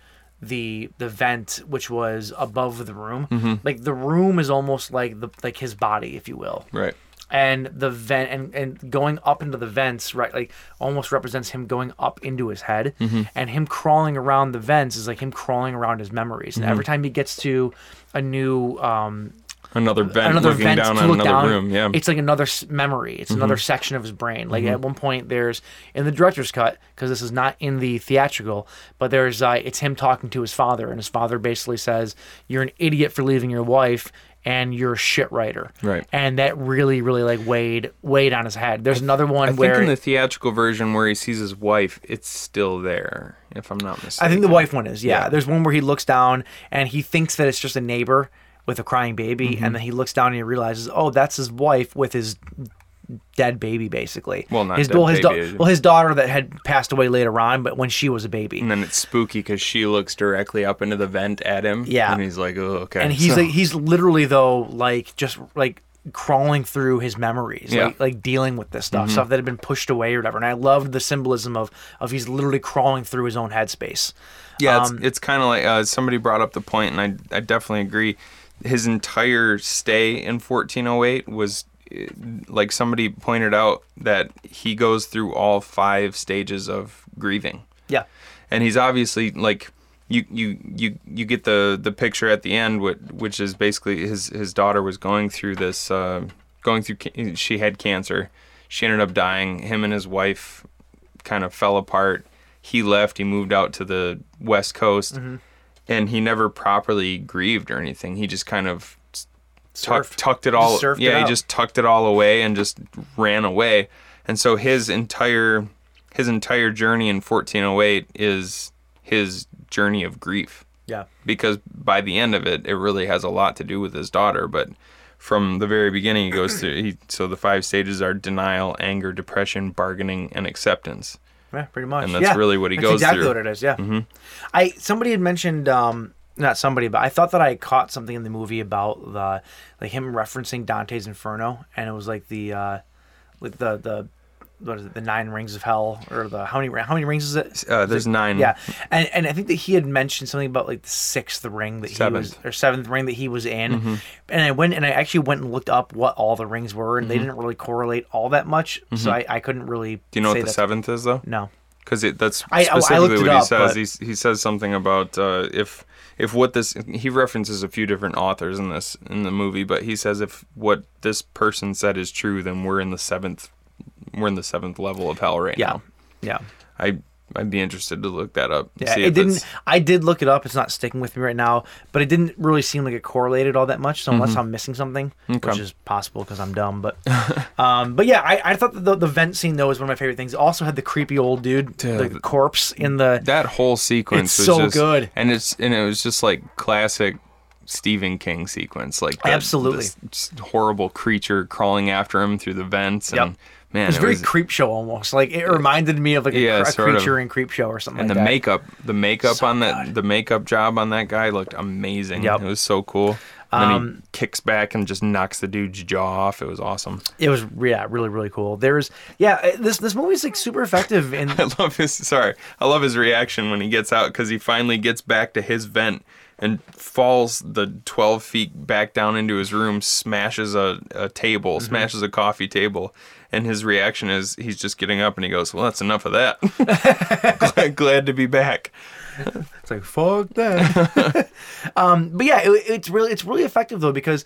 the the vent which was above the room like the room is almost like the like his body if you will Right. and the vent and, and going up into the vents right like almost represents him going up into his head and him crawling around the vents is like him crawling around his memories and every time he gets to a new um Another vent another looking vent down to on look another down room. Yeah. Mm-hmm. it's like another s- memory it's another section of his brain like at one point there's in the director's cut because this is not in the theatrical but there's uh it's him talking to his father and his father basically says you're an idiot for leaving your wife and you're a shit writer Right. and that really really like weighed weighed on his head there's another one I where think in the theatrical version where he sees his wife, it's still there, if I'm not mistaken. I think the wife one is, yeah. Yeah. There's one where he looks down and he thinks that it's just a neighbor with a crying baby, Mm-hmm. and then he looks down and he realizes, oh, that's his wife with his dead baby, basically. Well, not his dead well, his baby. well, his daughter that had passed away later on, but when she was a baby. And then it's spooky because she looks directly up into the vent at him. Yeah. And he's like, oh, okay. and he's So- like he's literally though like just like crawling through his memories Yeah. Mm-hmm. like, like dealing with this stuff stuff that had been pushed away or whatever and i loved the symbolism of of he's literally crawling through his own headspace Yeah, it's, Um, it's kind of like uh, somebody brought up the point, and I, I definitely agree. His entire stay in 1408 was eh, like somebody pointed out that he goes through all five stages of grieving, yeah and he's obviously like you you you you get the the picture at the end, which which is basically his his daughter was going through this uh, going through ca- she had cancer, she ended up dying. Him and his wife kind of fell apart. He left. He moved out to the West Coast, and he never properly grieved or anything. He just kind of tuck, Surfed. tucked it all. Just surfed yeah, it he out. just tucked it all away and just ran away. And so his entire his entire journey in 1408 is his journey of grief yeah because by the end of it, it really has a lot to do with his daughter. But from the very beginning, he goes through. He, so the five stages are denial, anger, depression, bargaining, and acceptance. Yeah, pretty much. And that's Yeah, really what he that's goes exactly through. Mm-hmm. what it is. Yeah. I somebody had mentioned um not somebody, but I thought that I caught something in the movie about the like him referencing Dante's Inferno, and it was like the uh like the the what is it the nine rings of hell or the how many how many rings is it? Uh, there's nine. Yeah, and and I think that he had mentioned something about like the sixth ring that he Seventh. Mm-hmm. was or seventh ring that he was in, and I went and I actually went and looked up what all the rings were, and they didn't really correlate all that much, so I, I couldn't really. Mm-hmm. Do you know say what the that- seventh is though? No. because that's I- I- I specifically looked it what he up, says. but- He s- he says something about uh, if if what this he references a few different authors in this in the movie, but he says if what this person said is true, then we're in the seventh we're in the seventh level of hell right Yeah. now. Yeah. I I'd be interested to look that up. and Yeah, see it if didn't. it's- I did look it up. It's not sticking with me right now, but it didn't really seem like it correlated all that much. So unless Mm-hmm. I'm missing something, which is possible because I'm dumb, but um, but yeah, I, I thought that the, the vent scene though was one of my favorite things. It also had the creepy old dude, the Dude. corpse in the that whole sequence It's was so just, good. and it's and it was just like classic Stephen King sequence, like the- Absolutely. this just horrible creature crawling after him through the vents, and Yep. man, it was very creep show almost. Like it reminded me of like a, Yeah, cr- a sort of. creature in creep show or something. and like the that. makeup, the makeup on that, the makeup job on that guy looked amazing. Yep. It was so cool. And then he kicks back and just knocks the dude's jaw off. It was awesome. It was yeah, really really cool. There's yeah, it- this this movie's like super effective in I love his sorry. I love his reaction when he gets out because he finally gets back to his vent and falls the 12 feet back down into his room, smashes a, a table, smashes a coffee table. And his reaction is he's just getting up and he goes, Well, that's enough of that. glad, glad to be back. It's like fuck that. um, but yeah, it, it's really it's really effective though because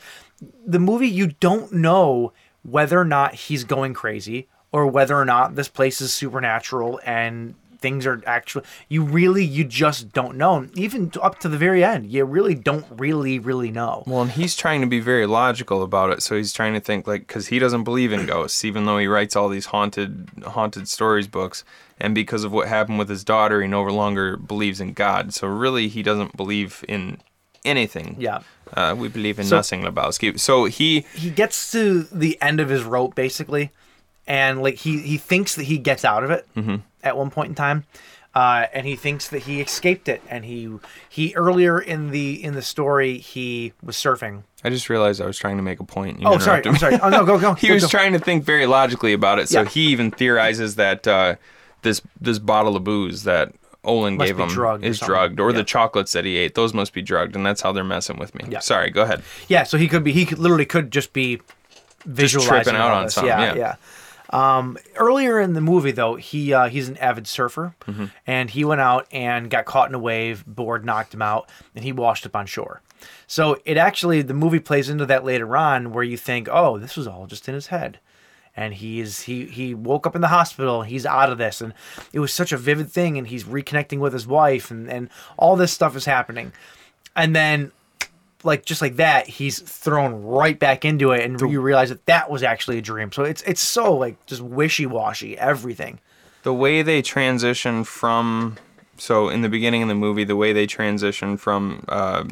the movie you don't know whether or not he's going crazy or whether or not this place is supernatural and things are actually you really you just don't know even up to the very end you really don't really really know Well, and he's trying to be very logical about it. So he's trying to think like because he doesn't believe in ghosts, even though he writes all these haunted haunted stories books. And because of what happened with his daughter, he no longer believes in God. So really, he doesn't believe in anything. Yeah. Uh, we believe in So- nothing, Lebowski. So he he gets to the end of his rope basically and like he he thinks that he gets out of it Mm-hmm. at one point in time, uh, and he thinks that he escaped it. And he he earlier in the in the story he was surfing. I just realized I was trying to make a point. and you Oh, sorry, interrupted I'm me. sorry. Oh no, go go. he go, was go. trying to think very logically about it. So Yeah. he even theorizes that uh, this this bottle of booze that Olin Must gave be him drugged or is something. drugged, or Yeah. the chocolates that he ate. Those must be drugged, and that's how they're messing with me. Yeah. Sorry, go ahead. Yeah, so he could be. He could, literally could just be visualizing tripping out all on this. something, yeah. Yeah, yeah. Um, earlier in the movie, though, he uh, he's an avid surfer, Mm-hmm. and he went out and got caught in a wave. Board knocked him out, and he washed up on shore. So it actually the movie plays into that later on, where you think, oh, this was all just in his head. And he is he he woke up in the hospital. He's out of this, and it was such a vivid thing. And he's reconnecting with his wife, and and all this stuff is happening. And then like just like that, he's thrown right back into it, and you realize that that was actually a dream. So it's it's so like just wishy washy everything. The way they transition from so in the beginning of the movie, the way they transition from uh,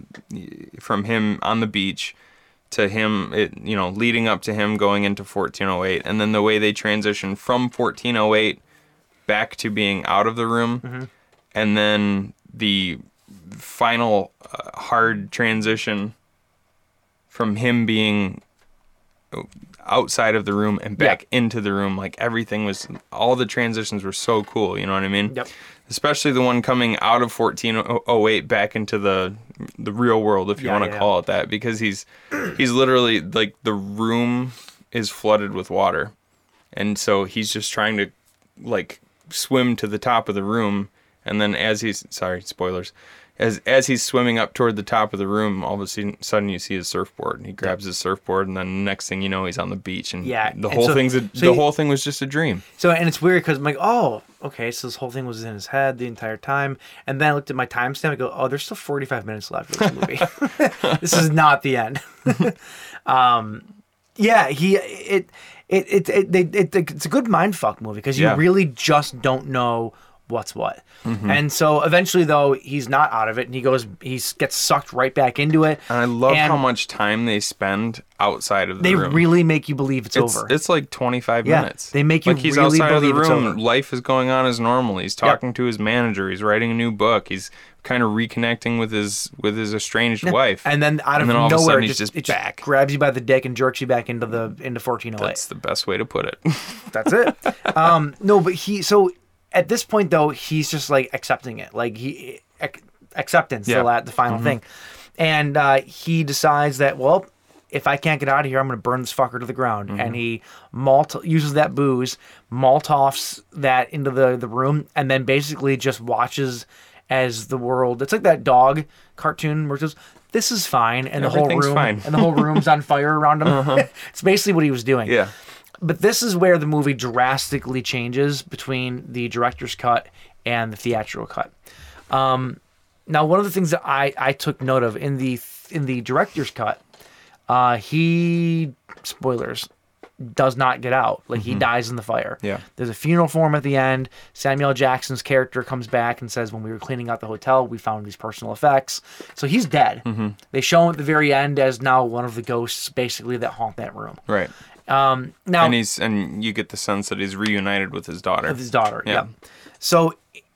from him on the beach to him, it you know, leading up to him going into 1408, and then the way they transition from 1408 back to being out of the room, and then the final uh, hard transition from him being outside of the room and back into the room. Like everything was, all the transitions were so cool. You know what I mean? Yep. Especially the one coming out of 1408 back into the the real world, if you Yeah, want to yeah, yeah. call it that, because he's he's literally like the room is flooded with water, and so he's just trying to like swim to the top of the room, and then as he's sorry spoilers. As, as he's swimming up toward the top of the room, all of a sudden sudden you see his surfboard, and he grabs his surfboard, and then next thing you know, he's on the beach, and Yeah, the and whole so- thing's a, so the you- whole thing was just a dream. So and it's weird because I'm like, oh, okay, so this whole thing was in his head the entire time, and then I looked at my timestamp. I go, oh, there's still 45 minutes left of this movie. this is not the end. um, yeah, he it it it, it, they it it's a good mindfuck movie because you Yeah. Mm-hmm. really just don't know what's what. And so eventually though he's not out of it and he goes he gets sucked right back into it. And I love And how much time they spend outside of the they room. really make you believe it's, it's, over. It's like 25 Yeah, minutes. they make you like he's really outside of the believe it's room. over. Life is going on as normal. He's talking to his manager. He's writing a new book. He's kind of reconnecting with his with his estranged wife. and then out And of then all of a nowhere, sudden it he's just, just it just back. grabs you by the dick and jerks you back into the into 1408. that's the best way to put it. That's it. um, no, but he so at this point though he's just like accepting it, like he ac- acceptance Yeah. Mm-hmm. the la- the final thing, and uh, he decides that well, if I can't get out of here, I'm gonna burn this fucker to the ground, Mm-hmm. and he malt uses that booze, maltoffs that into the the room, and then basically just watches as the world. It's like that dog cartoon where it goes. This is fine, and the whole Everything's room fine. Uh-huh. and the whole room's on fire around him. it's basically what he was doing. yeah. But this is where the movie drastically changes between the director's cut and the theatrical cut. Um, now, one of the things that I, I took note of in the in the director's cut, uh, he spoilers does not get out. Like he dies in the fire. Mm-hmm. Yeah. There's a funeral for him at the end. Samuel Jackson's character comes back and says, "When we were cleaning out the hotel, we found these personal effects." So he's dead. Mm-hmm. They show him at the very end as now one of the ghosts, basically that haunt that room. Right. Now And he's and you get the sense that he's reunited with his daughter. of his daughter. Yeah. Yeah. So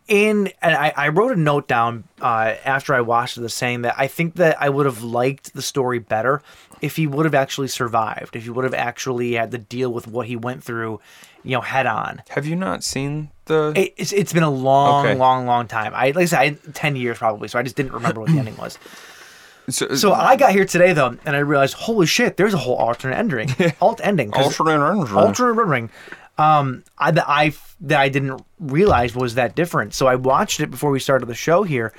in and I, I wrote a note down uh, after I watched this saying that I think that I would have liked the story better if he would have actually survived, if he would have actually had to deal with what he went through, you know, head on. Have you not seen the? It, it's, it's been a long, Okay. long, long time. I like I said, I, ten years probably. So I just didn't remember what the ending was. so, So I got here today though, and I realized, holy shit, there's a whole alternate ending, alt ending, 'cause- Alternate ending. alternate red ring. Um, I that I that I didn't realize was that different. So I watched it before we started the show here,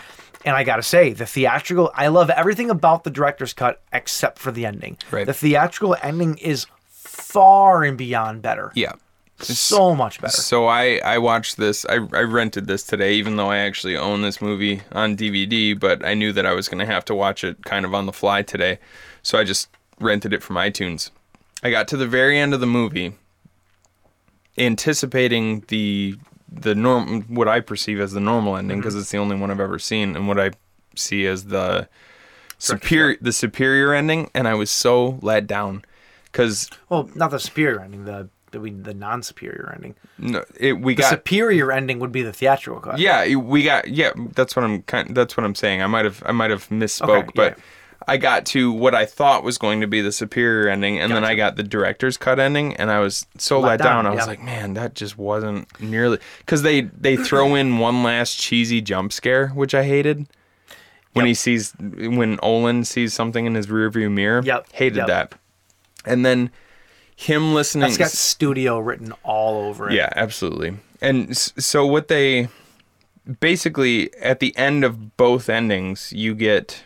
and I gotta say the theatrical. I love everything about the director's cut except for the ending. Right. The theatrical ending is far and beyond better. Yeah. So much better. So I I watched this. I I rented this today, even though I actually own this movie on DVD. But I knew that I was gonna have to watch it kind of on the fly today, so I just rented it from iTunes. I got to the very end of the movie, anticipating the the norm what I perceive as the normal ending because it's the only one I've ever seen, and what I see as the superior the superior ending. And I was so let down because Well, not the superior ending. The the, we- the non-superior ending. No, it, we The got superior ending would be the theatrical cut. Yeah, we got yeah. That's what I'm kind. That's what I'm saying. I might have I might have misspoke, Okay, but yeah. I got to what I thought was going to be the superior ending, and then I got the director's cut ending, and I was so let, Let down. down, I was yeah. like, man, that just wasn't nearly because they they throw in one last cheesy jump scare, which I hated. When he sees when Olin sees something in his rearview mirror, Yep, hated yep. that, and then him listening. It's got studio written all over it. Yeah, absolutely. And s- so what they basically at the end of both endings, you get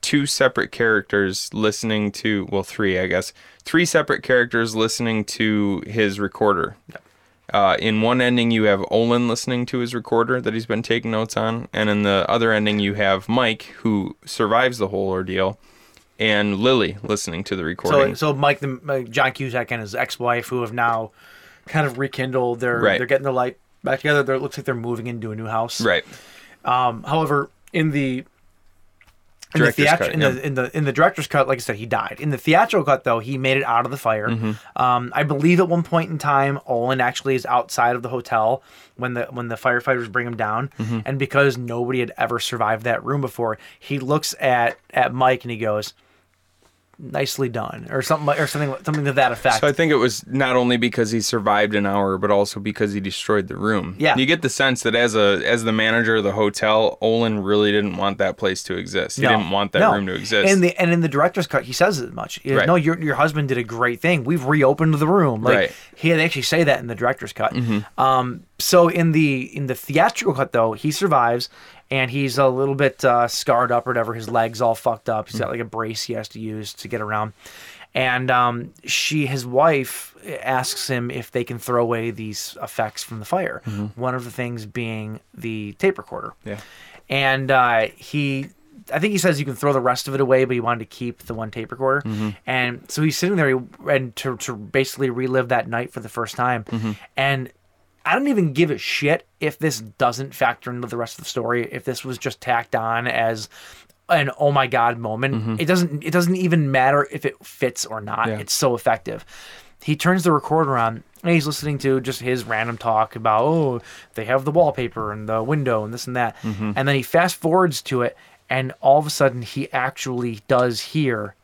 two separate characters listening to well, three I guess, three separate characters listening to his recorder. Uh, in one ending, you have Olin listening to his recorder that he's been taking notes on, and in the other ending, you have Mike who survives the whole ordeal, and Lily listening to the So, recording. so Mike, the, uh, John Cusack and his ex-wife, who have now kind of rekindled. They're Right. they're getting their life back together. They're, it looks like they're moving into a new house. right. Um, however, in the in the, Director's theatri- cut, in, yeah. the, in the in the director's cut, like I said, he died. In the theatrical cut, though, he made it out of the fire. Mm-hmm. Um, I believe at one point in time, Olin actually is outside of the hotel when the when the firefighters bring him down, Mm-hmm. and because nobody had ever survived that room before, he looks at at Mike and he goes, "Nicely done," or something like- or something something to that effect. So I think it was not only because he survived an hour, but also because he destroyed the room. Yeah. You get the sense that as a as the manager of the hotel, Olin really didn't want that place to exist. He No, didn't want that no. room to exist. And the and in the director's cut, he says as much. He goes, Right. No, your your husband did a great thing. We've reopened the room. Like Right. Mm-hmm. he they actually say that in the director's cut. Um, so in the in the theatrical cut though, he survives. And he's a little bit uh, scarred up or whatever. His legs all fucked up. Mm. He's got like a brace he has to use to get around. And um, she, his wife, eh, asks him if they can throw away these effects from the fire. One of the things being the tape recorder Mm-hmm. yeah. and uh, he i think he says you can throw the rest of it away but he wanted to keep the one tape recorder and so he's sitting there he- and to, to basically relive that night for the first time and i don't even give a shit if this doesn't factor into the rest of the story if this was just tacked on as an oh my god moment it doesn't it doesn't even matter if it fits or not Yeah. it's so effective he turns the recorder on and he's listening to just his random talk about oh they have the wallpaper and the window and this and that Mm-hmm. and then he fast forwards to it and all of a sudden he actually does hear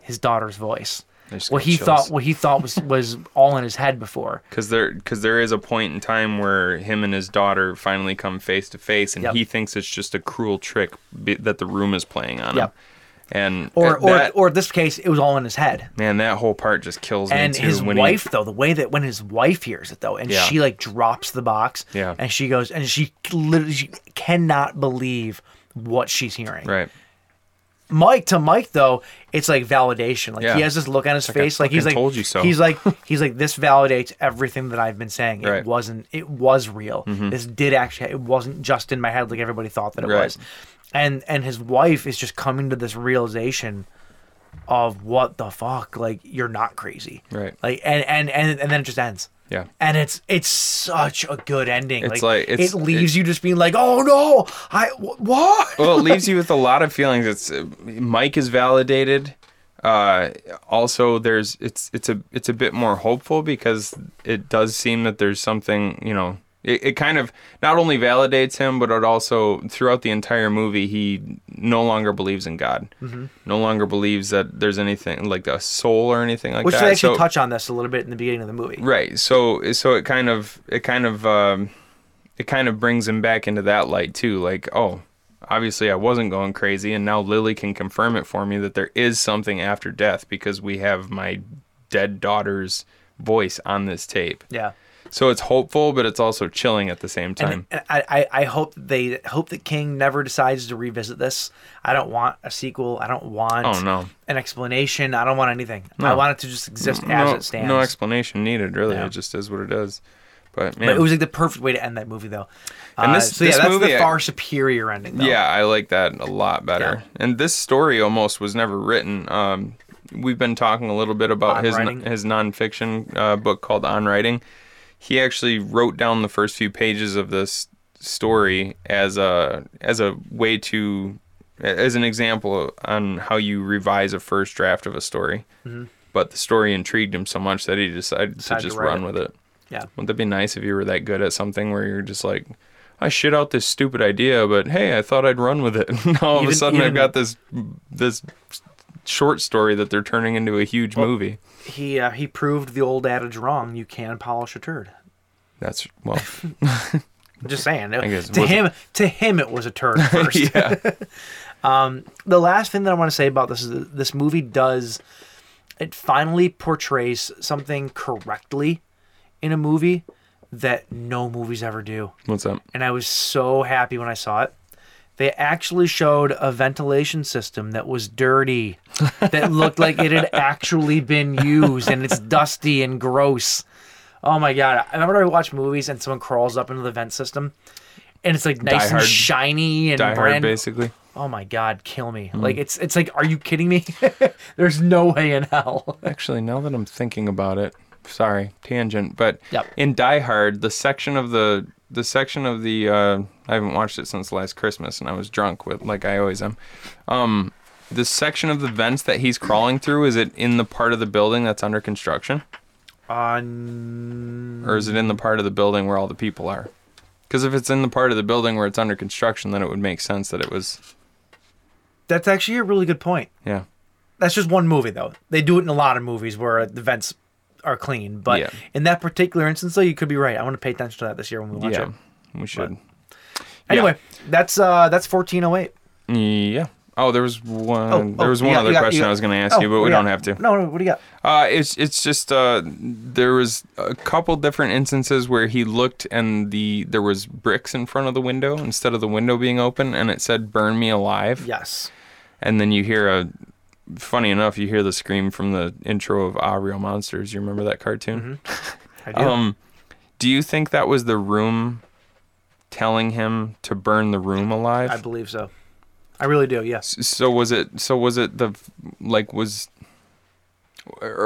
his daughter's voice just what got he chills. thought what he thought was was all in his head before Because there, cause there is a point in time where him and his daughter finally come face to face, and Yep. he thinks it's just a cruel trick be, that the room is playing on Yep. him. And or uh, that, or or this case it was all in his head man, that whole part just kills and me too. his when he- wife though the way that when his wife hears it though and Yeah. she like drops the box Yeah. and she goes and she literally she cannot believe what she's hearing right. Mike to Mike though, it's like validation. Like Yeah. he has this look on his I face, like he's fucking like told you so. he's like he's like this validates everything that I've been saying. It Right. Mm-hmm. wasn't. It was real. This did actually. It wasn't just in my head like everybody thought that it Right. was. And and his wife is just coming to this realization of what the fuck. Like you're not crazy. Right. Like and and and, and then it just ends. Yeah. And it's it's such a good ending. It's like- like, it's- it leaves you just being like, oh no, I wh- what? well, it leaves you with a lot of feelings. It's uh, Mike is validated. Uh, also, there's it's it's a it's a bit more hopeful because it does seem that there's something you know. It, it kind of not only validates him, but it also throughout the entire movie he no longer believes in God, Mm-hmm. no longer believes that there's anything like a soul or anything like Which that. they actually So- touch on this a little bit in the beginning of the movie. Right. So so it kind of it kind of um, it kind of brings him back into that light too. Like oh, obviously I wasn't going crazy, and now Lily can confirm it for me that there is something after death because we have my dead daughter's voice on this tape. Yeah. So it's hopeful, but it's also chilling at the same And, time. and I, I, I hope that they hope that King never decides to revisit this. I don't want a sequel. I don't want Oh, no. an explanation. I don't want anything. I want it to just exist as no, it stands. no explanation needed, really. Yeah. It just is what it is. But man, But it was like the perfect way to end that movie, though. And this- uh, so yeah, this that's movie, I- the far superior ending. Though. Yeah, I like that a lot better. And this story almost was never written. Um, we've been talking a little bit about On his Writing. his nonfiction uh, book called On Writing. He actually wrote down the first few pages of this story as a as a way to as an example on how you revise a first draft of a story. but the story intrigued him so much that he decided, Mm-hmm. Decided to to just write run it. with it. Yeah. Wouldn't that be nice if you were that good at something where you're just like, I shit out this stupid idea, but hey, I thought I'd run with it. And all of Even- a sudden, I've even- got this this short story that they're turning into a huge movie. He uh, he proved the old adage wrong. You can polish a turd. That's well, I'm just saying. guess it to wasn't- him, to him, it was a turd first. Um, yeah. the last thing that I want to say about this is that this movie does it finally portrays something correctly in a movie that no movies ever do. What's up? And I was so happy when I saw it. They actually showed a ventilation system that was dirty, that looked like it had actually been used and it's dusty and gross. Oh my god. I remember I watch movies and someone crawls up into the vent system and it's like nice and Hard- shiny and Die Hard, brand basically. oh my god kill me like it's it's like are you kidding me there's no way in hell Actually, now that I'm thinking about it, sorry, tangent, but Yep. in Die Hard, the section of the the section of the uh, I haven't watched it since last Christmas, and I was drunk with like I always am. Um, the section of the vents that he's crawling through is it in the part of the building that's under construction, on or is it in the part of the building where all the people are? Because if it's in the part of the building where it's under construction, then it would make sense that it was that's actually a really good point yeah. that's just one movie though they do it in a lot of movies where the vents are clean but Yeah. in that particular instance though you could be right i want to pay attention to that this year when we watch Yeah, it we should. anyway that's uh that's 1408 Yeah. Oh, there was one. Oh, there oh, was one yeah, Oh, other you got- question you- I was going to ask you, but what we do don't got? have to. no no what do you got Uh, it's it's just uh, there was a couple different instances where he looked and the there was bricks in front of the window instead of the window being open, and it said "Burn me alive." yes And then you hear a, funny enough, you hear the scream from the intro of Ah Real Monsters. You remember that cartoon? i do Um, do you think that was the room telling him to burn the room alive? i believe so i really do yes so was it so was it the like was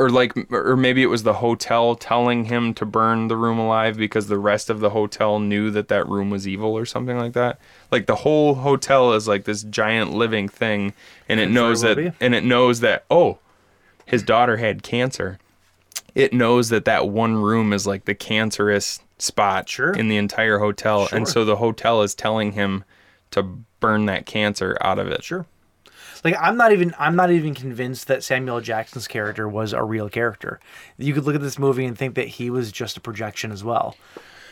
or like or maybe it was the hotel telling him to burn the room alive because the rest of the hotel knew that that room was evil or something like that like the whole hotel is like this giant living thing and it knows well that be. and it knows that oh his daughter had cancer it knows that that one room is like the cancerous spot Sure. in the entire hotel and so the hotel is telling him to burn that cancer out of it Sure. Like I'm not even I'm not even convinced that Samuel L. Jackson's character was a real character. You could look at this movie and think that he was just a projection as well.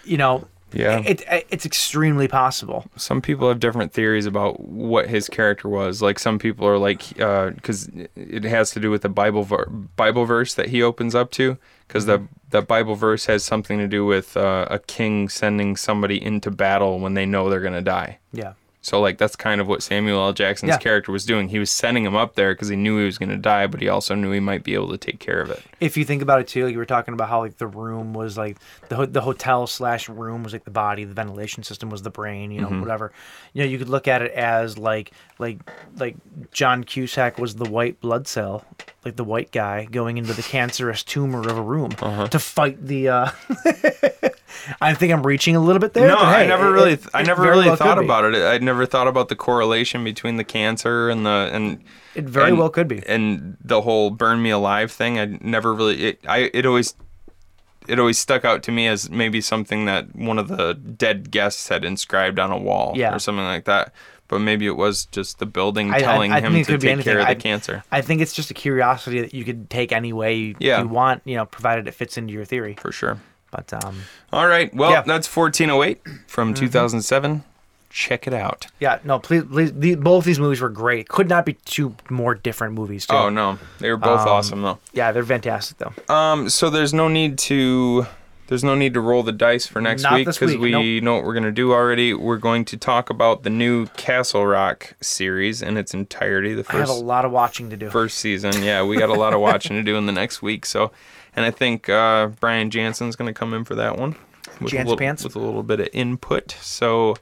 You know, Yeah. it, it it's extremely possible. some people have different theories about what his character was. Like some people are like, because it has to do with the Bible ver- Bible verse that he opens up to, because the the Bible verse has something to do with uh, a king sending somebody into battle when they know they're gonna die. Yeah. So like that's kind of what Samuel L. Jackson's Yeah. character was doing. He was sending him up there because he knew he was gonna die, but he also knew he might be able to take care of it. If you think about it too, like you were talking about how like the room was like the ho- the hotel slash room was like the body, the ventilation system was the brain, you know, Mm-hmm. whatever. You know, you could look at it as like like like John Cusack was the white blood cell, like the white guy going into the cancerous tumor of a room Uh-huh. to fight the. uh I think I'm reaching a little bit there. No, but I hey, never it- really, it- I it never very really well could thought be. about it. I never thought about the correlation between the cancer and the and It very and- well could be. and the whole burn me alive thing. I never really, it, I it always, it always stuck out to me as maybe something that one of the dead guests had inscribed on a wall Yeah. or something like that. But maybe it was just the building I- I- telling I him think it to could be take care of the anything. I- cancer I think it's just a curiosity that you could take any way you, Yeah. you want, you know, provided it fits into your theory. for sure. But um, All right, well Yeah. Mm-hmm. that's 1408 from 2007. Check it out. Yeah, no, please, please the, both these movies were great. Could not be two more different movies. Too. Oh no, they were Um, both awesome though. Yeah, they're fantastic though. Um, so there's no need to there's no need to roll the dice for next Not week this because week, we know what we're gonna do already. We're going to talk about the new Castle Rock series in its entirety, the I have a first lot of watching to do. first season. Yeah, we got a lot of watching to do in the next week. So, and I think uh, Brian Jansen's gonna come in for that one with, a Jans little, pants. with a little bit of input. So.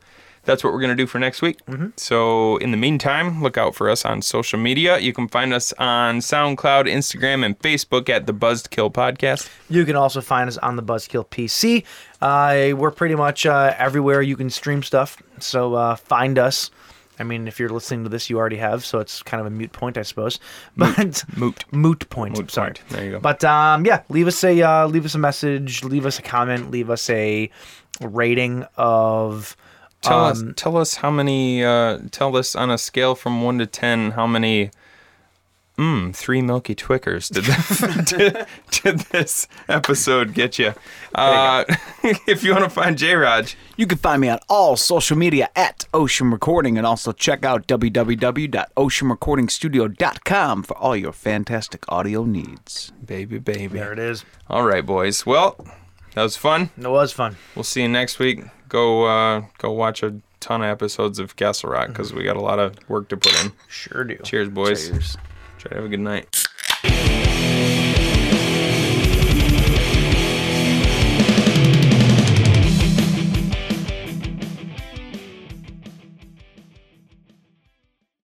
That's what we're going to do for next week. Mm-hmm. So, in the meantime, look out for us on social media. You can find us on SoundCloud, Instagram, and Facebook at the Buzzed Kill Podcast. You can also find us on the Buzzkill PC. Uh, we're pretty much uh, everywhere you can stream stuff, so uh, find us. I mean, if you're listening to this, you already have, so it's kind of a mute point, I suppose. But Moot. moot point. Moot sorry. point. There you go. But um, yeah, leave us a uh, leave us a message, leave us a comment, leave us a rating of. Tell um, us, tell us how many. Uh, tell us on a scale from one to ten, how many. Mm, three milky twickers did, did, did this episode get you? Uh, if you want to find J Raj, You can find me on all social media at Ocean Recording and also check out www.oceanrecordingstudio.com for all your fantastic audio needs. baby, baby. There it is. All right, boys. Well, that was fun. It was fun. We'll see you next week. Go, uh, go watch a ton of episodes of Castle Rock because we got a lot of work to put in. Sure do. Cheers, boys. Try to have a good night.